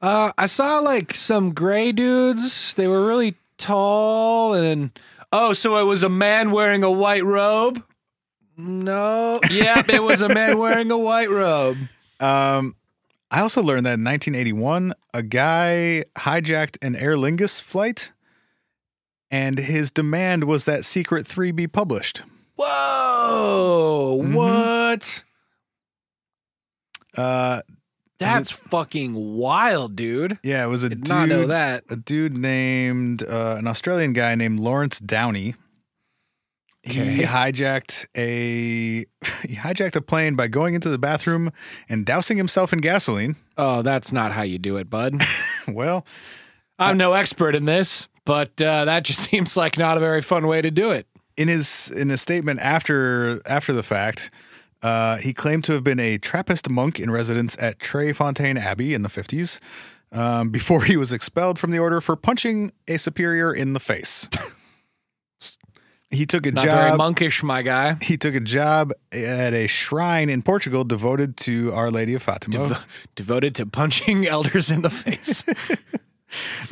Uh, I saw like some gray dudes. They were really tall and oh, so it was a man wearing a white robe. No, yep, it was a man wearing a white robe. Um, I also learned that in 1981, a guy hijacked an Aer Lingus flight, and his demand was that Secret 3 be published. Whoa, Mhm. what? Uh, That's fucking wild, dude. yeah, it was a Did Mm-hmm. Uh, dude, not know that. a dude named uh, an Australian guy named Lawrence Downey. He Okay. hijacked a he hijacked a plane by going into the bathroom and dousing himself in gasoline. Oh, that's not how you do it, bud. Well, I'm no expert in this, but uh, that just seems like not a very fun way to do it. in his in a statement after after the fact, uh, he claimed to have been a Trappist monk in residence at Trefontaine Abbey in the fifties. Um, before he was expelled from the order for punching a superior in the face, he took a Not very job. monkish, my guy. He took a job at a shrine in Portugal devoted to Our Lady of Fatima. Devoted to punching elders in the face.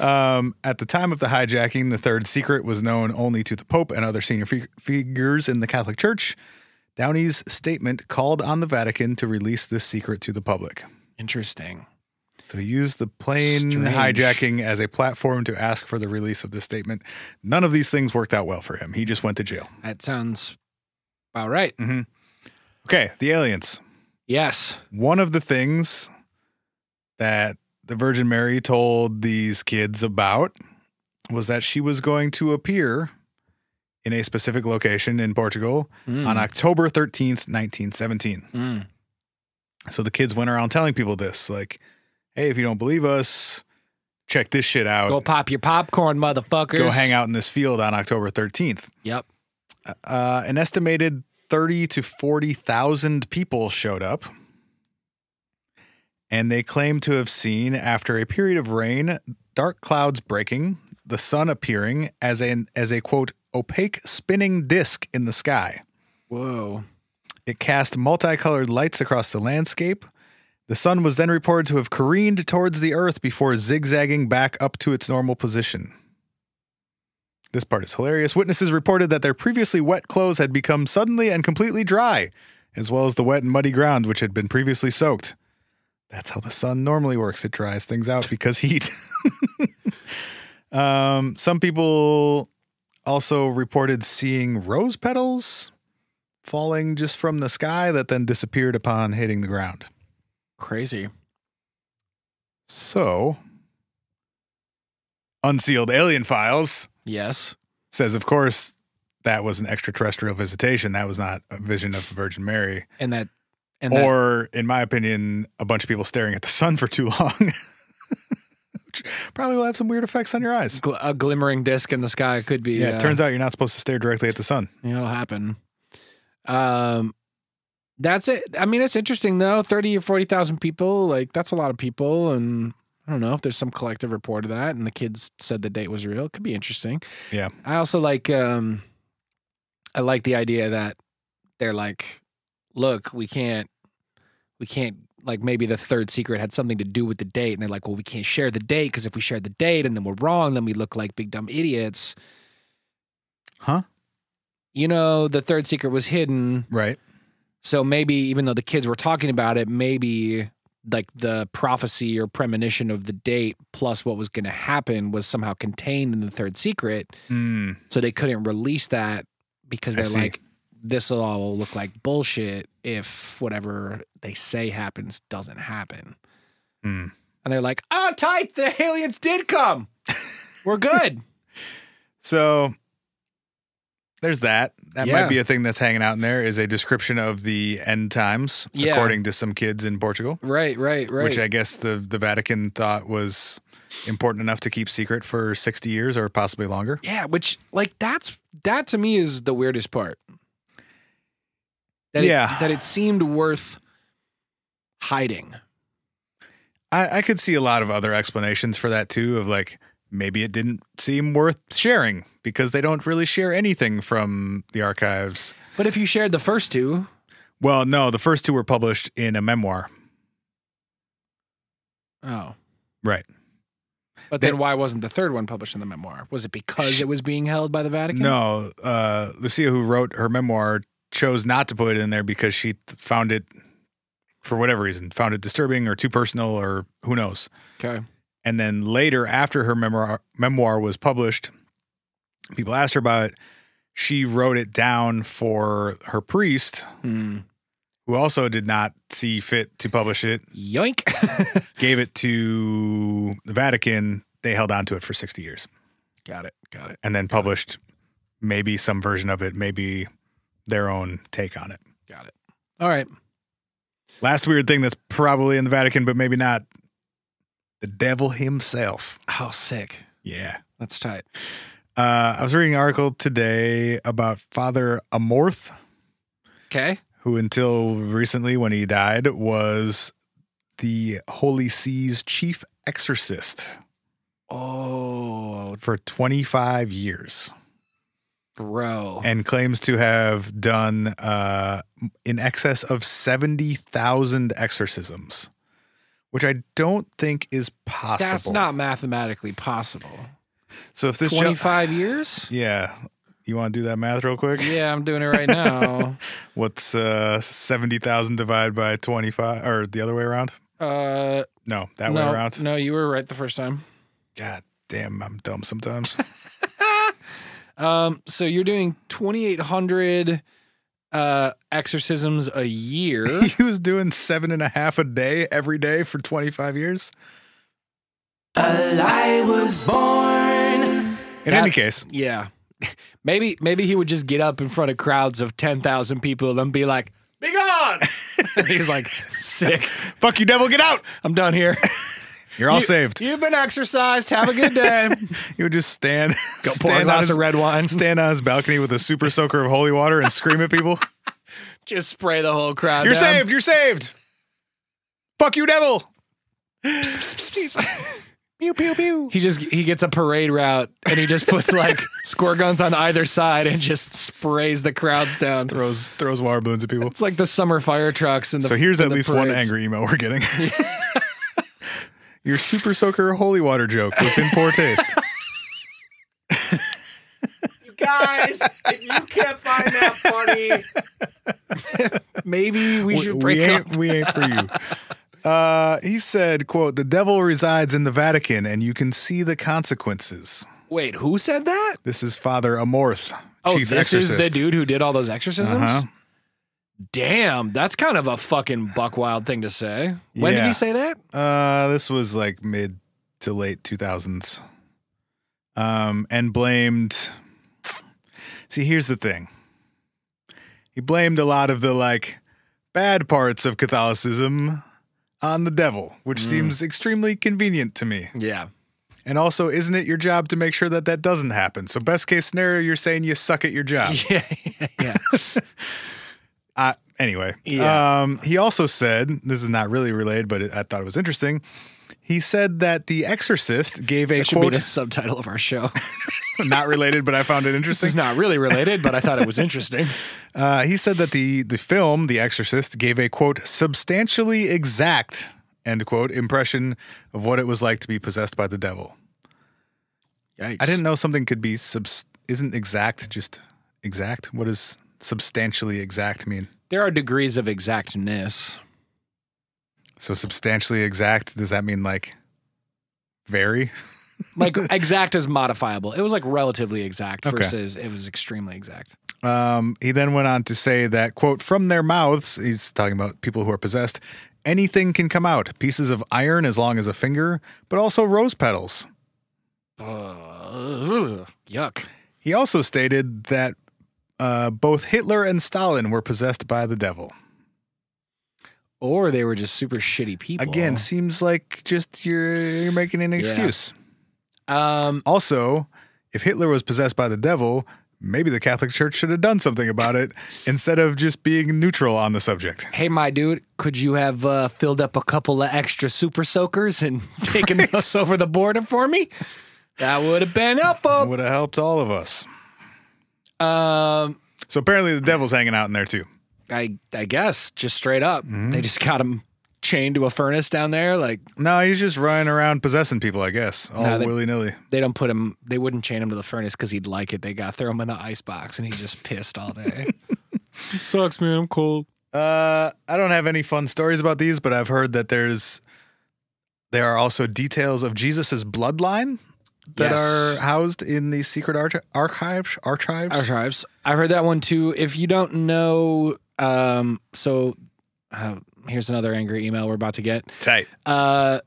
Um, at the time of the hijacking, the third secret was known only to the Pope and other senior fi- figures in the Catholic Church. Downey's statement called on the Vatican to release this secret to the public. Interesting. So he used the plane Strange. hijacking as a platform to ask for the release of this statement. None of these things worked out well for him. He just went to jail. That sounds about right. Okay, the aliens. Yes. One of the things that the Virgin Mary told these kids about was that she was going to appear in a specific location in Portugal Mm. on October 13th, 1917. Mm. So the kids went around telling people this like, hey, if you don't believe us, check this shit out. Go pop your popcorn, motherfuckers. Go hang out in this field on October 13th. Yep. Uh, an estimated 30 to 40,000 people showed up. And they claim to have seen, after a period of rain, dark clouds breaking, the sun appearing as an as a quote opaque spinning disc in the sky. Whoa. It cast multicolored lights across the landscape. The sun was then reported to have careened towards the earth before zigzagging back up to its normal position. This part is hilarious. Witnesses reported that their previously wet clothes had become suddenly and completely dry, as well as the wet and muddy ground which had been previously soaked. That's how the sun normally works. It dries things out because heat. um, some people also reported seeing rose petals falling just from the sky that then disappeared upon hitting the ground. Crazy. So, Unsealed Alien Files Yes. says, of course, that was an extraterrestrial visitation. That was not a vision of the Virgin Mary. And that and that- Or, in my opinion, a bunch of people staring at the sun for too long. Which Probably will have some weird effects on your eyes. gl- a glimmering disc in the sky could be Yeah, uh, it turns out you're not supposed to stare directly at the sun. Yeah, it'll happen. Um, that's it. I mean, it's interesting though. Thirty or forty thousand people, like that's a lot of people, and I don't know if there's some collective report of that. And the kids said the date was real. It could be interesting. Yeah. I also like. Um, I like the idea that they're like, look, we can't, we can't. Like maybe the third secret had something to do with the date, and they're like, "Well, we can't share the date because if we share the date and then we're wrong, then we look like big dumb idiots." Huh? You know, the third secret was hidden. Right. So maybe even though the kids were talking about it, maybe like the prophecy or premonition of the date plus what was going to happen was somehow contained in the third secret. Mm, So they couldn't release that because I they're see. like, this will all look like bullshit if whatever they say happens doesn't happen. mm. And they're like, oh, tight, the aliens did come. We're good. So there's that. That Yeah. might be a thing that's hanging out in there is a description of the end times Yeah. according to some kids in Portugal, right, right, right. which I guess the the Vatican thought was important enough to keep secret for 60 years or possibly longer. Yeah, which like that's that to me is the weirdest part. That Yeah. it, that it seemed worth hiding. I, I could see a lot of other explanations for that too of like maybe it didn't seem worth sharing because they don't really share anything from the archives. But if you shared the first two, Well, no, the first two were published in a memoir. oh, Right. but They- then why wasn't the third one published in the memoir? Was it because it was being held by the Vatican? No, uh, Lucia, who wrote her memoir, chose not to put it in there because she th- found it, for whatever reason, found it disturbing or too personal or who knows. Okay. And then later, after her memoir memoir was published, people asked her about it. She wrote it down for her priest, Hmm. who also did not see fit to publish it. Yoink. Gave it to the Vatican. They held on to it for sixty years. got it. Got it. and then published maybe some version of it, maybe their own take on it. Got it. All right. Last weird thing that's probably in the Vatican, but maybe not the devil himself. How Oh, sick. Yeah. That's tight. Uh, I was reading an article today about Father Amorth, Okay. who until recently, when he died, was the Holy See's chief exorcist Oh, for 25 years. bro. and claims to have done uh, in excess of 70,000 exorcisms, which I don't think is possible. That's not mathematically possible. So if this show- 25 years? yeah. You want to do that math real quick? Yeah, I'm doing it right now. What's uh, 70,000 divided by 25 or the other way around? Uh, No, that no, way around. No, you were right the first time. God damn, I'm dumb sometimes. Um, so you're doing 2,800 uh exorcisms a year. he was doing seven and a half a day every day for 25 years. In any That- case, yeah. Maybe maybe he would just get up in front of crowds of 10,000 people and be like, Be gone. he was like, sick. fuck you, devil, get out. I'm done here. You're all saved. You've been exercised. Have a good day. He would just stand, Go stand pour a on glass his- of red wine. stand on his balcony with a super soaker of holy water and scream at people. Just spray the whole crowd. You're down. saved. You're saved. Fuck you, devil. pew pew pew. He just he gets a parade route and he just puts like squirt guns on either side and just sprays the crowds down. Throws throws water balloons at people. It's like the summer fire trucks and the. So here's and at the least one parades. angry email we're getting. Your super soaker holy water joke was in poor taste. Guys, if you can't find that funny, Maybe we, should break up. ain't, we ain't for you. Uh, he said, "quote The devil resides in the Vatican, and you can see the consequences." Wait, who said that? This is Father Amorth, Oh, chief this exorcist. is the dude who did all those exorcisms. Uh-huh. Damn, that's kind of a fucking buck wild thing to say. When did Yeah. he say that? Uh, this was like mid to late 2000s. Um, and blamed. See, here's the thing. He blamed a lot of the like bad parts of Catholicism on the devil, which seems extremely convenient to me. Yeah. And also, isn't it your job to make sure that that doesn't happen? So, best case scenario, you're saying you suck at your job. Yeah. yeah. Uh, anyway, Yeah. um, he also said this is not really related, but it, I thought it was interesting. He said that The Exorcist gave a That should be quote, the subtitle of our show. not related, but I found it This interesting. is not really related, but I thought it was interesting. Uh, he said that the the film The Exorcist gave a quote substantially exact end quote impression of what it was like to be possessed by the devil. Yikes. I didn't know something could be subs- isn't exact just exact. What does substantially exact mean? There are degrees of exactness. So substantially exact does that mean like very? Like exact is modifiable. It was like relatively exact Okay. versus it was extremely exact. Um, he then went on to say that, quote, from their mouths, he's talking about people who are possessed, anything can come out pieces of iron as long as a finger, but also rose petals. Ugh. yuck. He also stated that uh, both Hitler and Stalin were possessed by the devil. Or they were just super shitty people. Again, seems like just you're, you're making an excuse. um, Also, if Hitler was possessed by the devil, maybe the Catholic Church should have done something about it instead of just being neutral on the subject. hey, my dude, could you have uh, filled up a couple of extra super soakers and taken those over the border for me? That would have been helpful. Would have helped all of us. Um, So apparently the devil's hanging out in there too. I I guess just straight up, they just got him chained to a furnace down there. Like No, he's just running around possessing people, I guess, all No, they- willy nilly. they don't put him, they wouldn't chain him to the furnace because he'd like it. They got throw him in the ice box and he just pissed all day. sucks, man. I'm cold. Uh, I don't have any fun stories about these, but I've heard that there's there are also details of Jesus's bloodline that Yes. are housed in the secret arch- archives. Archives. Archives. I heard that one too. If you don't know, um, so uh, here's another angry email we're about to get. Tight. Uh,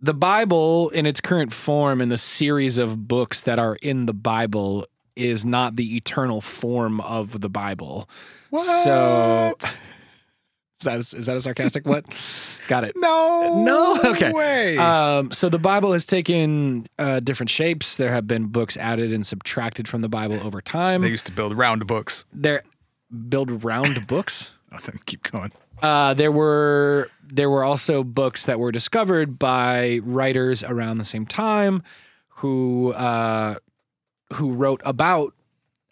the Bible in its current form and the series of books that are in the Bible is not the eternal form of the Bible. So What? is that is that a sarcastic what? Got it. No. No? Okay. Way. Um, so the Bible has taken uh, different shapes. There have been books added and subtracted from the Bible over time. they They, used to build round books. are build round books. Oh, then keep going. Uh, there were there were also books that were discovered by writers around the same time who uh, who wrote about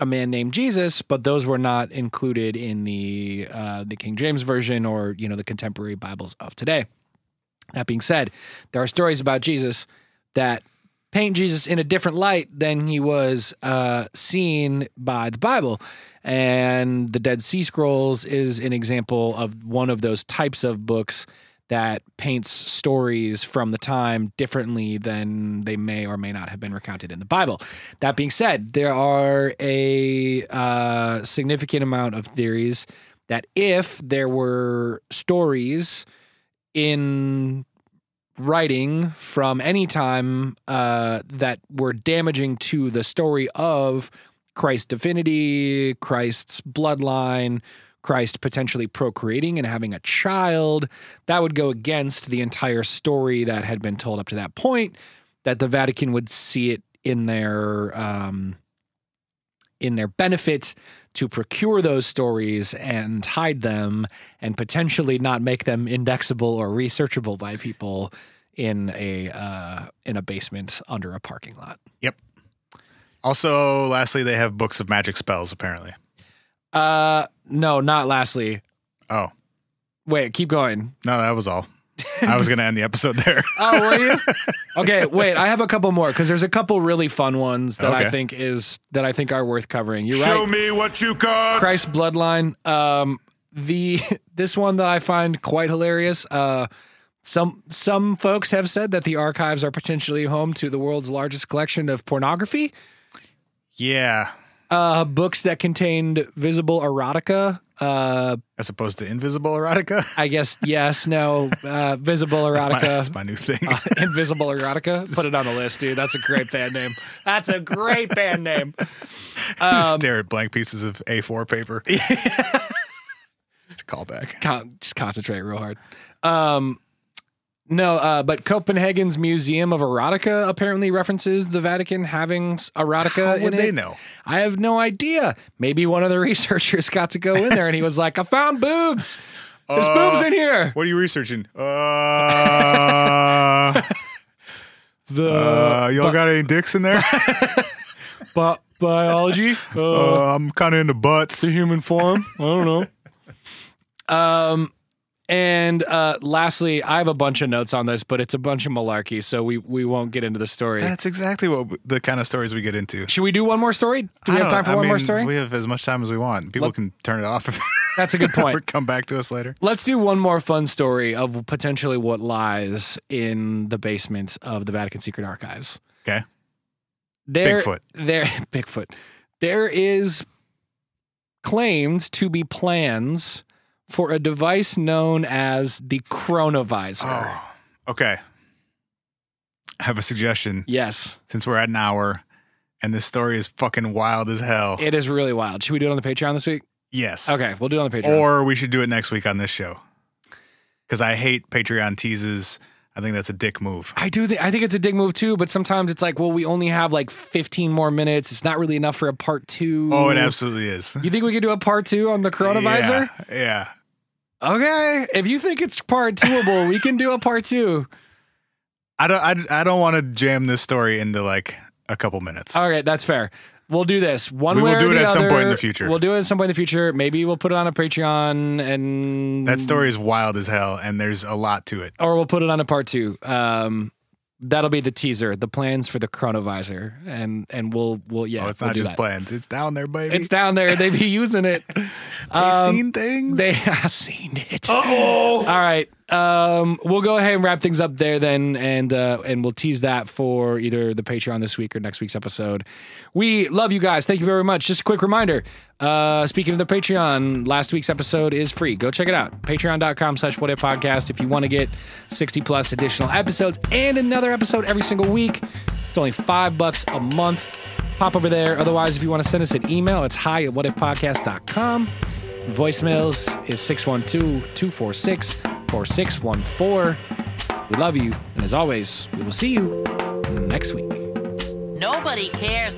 a man named Jesus, but those were not included in the uh, the King James version or you know the contemporary Bibles of today. That being said, there are stories about Jesus that paint Jesus in a different light than he was uh, seen by the Bible. And the Dead Sea Scrolls is an example of one of those types of books that paints stories from the time differently than they may or may not have been recounted in the Bible. That being said, there are a uh, significant amount of theories that if there were stories in writing from any time uh, that were damaging to the story of Christ's divinity, Christ's bloodline, Christ potentially procreating and having a child. That would go against the entire story that had been told up to that point. That the Vatican would see it in their um, in their benefit to procure those stories and hide them and potentially not make them indexable or researchable by people in a uh, in a basement under a parking lot. Yep. Also, lastly, they have books of magic spells. Apparently. Uh, no, not lastly. Oh Wait, keep going. no, that was all. I was gonna end the episode there. Oh, were you? okay, wait. I have a couple more because there's a couple really fun ones that I Okay. think is that I think are worth covering. You're right. Show me what you got. Christ bloodline. Um, the this one that I find quite hilarious. Uh, Some some folks have said that the archives are potentially home to the world's largest collection of pornography, Yeah, uh, books that contained visible erotica. Uh, as opposed to invisible erotica. I guess yes, no, uh, visible That's my, erotica, that's my new thing. invisible erotica. Put it on the list, dude. That's a great band name. That's a great band name. Um, Just stare at blank pieces of A4 paper. it's a callback. con- just concentrate real hard. Um, no, uh, but Copenhagen's Museum of Erotica apparently references the Vatican having s- How erotica would in they it. know? I have no idea. Maybe one of the researchers got to go in there and he was like, "I found boobs. There's Uh, boobs in here." What are you researching? Uh, The uh, y'all got any dicks in there? bi- biology, uh, Uh, I'm kind of into butts. human form. I don't know. Um, and uh, lastly, I have a bunch of notes on this, but it's a bunch of malarkey, so we we won't get into the story. That's exactly what w- the kind of stories we get into. Should we do one more story? Do I we have don't- time for I one more mean, story? We have as much time as we want. People can turn it off if That's a good or point. come back to us later. Let's do one more fun story of potentially what lies in the basement of the Vatican Secret Archives. Okay. There, Bigfoot. There, Bigfoot. There is claimed to be plans for a device known as the Chronovisor. Oh, okay. I have a suggestion Yes, since we're at an hour and this story is fucking wild as hell. it is really wild. Should we do it on the Patreon this week? yes. Okay, we'll do it on the Patreon. Or we should do it next week on this show. Because I hate Patreon teases. I think that's a dick move. I do. Th- I think it's a dig move too, but sometimes it's like, well, we only have like 15 more minutes. It's not really enough for a part two. Oh, it absolutely is. You think we could do a part two on the coronavisor? Yeah. yeah. Okay, if you think it's part twoable, we can do a part two. I don't. I, I don't want to jam this story into like a couple minutes. All right, that's fair. We'll do this one We will way or do it the at some other. point in the future. We'll do it at some point in the future. Maybe we'll put it on a Patreon and That story is wild as hell, and there's a lot to it. or we'll put it on a part two. Um, that'll be the teaser, the plans for the chronovisor, and and we'll we'll yeah. oh, it's we'll not do just that. plans. It's down there, baby. It's down there. They be using it. They've Um, seen things. They have seen it. Oh. All right. Um, we'll go ahead and wrap things up there then, and uh, and we'll tease that for either the Patreon this week or next week's episode. We love you guys. Thank you very much. Just a quick reminder. Uh, speaking of the Patreon, last week's episode is free. Go check it out. Patreon.com slash what if podcast if you want to get 60 plus additional episodes and another episode every single week. It's only five bucks a month. Pop over there. Otherwise, if you want to send us an email, it's hi at whatifpodcast.com. Voicemails is 612-246-4614. We love you, and as always, we will see you next week. Nobody cares.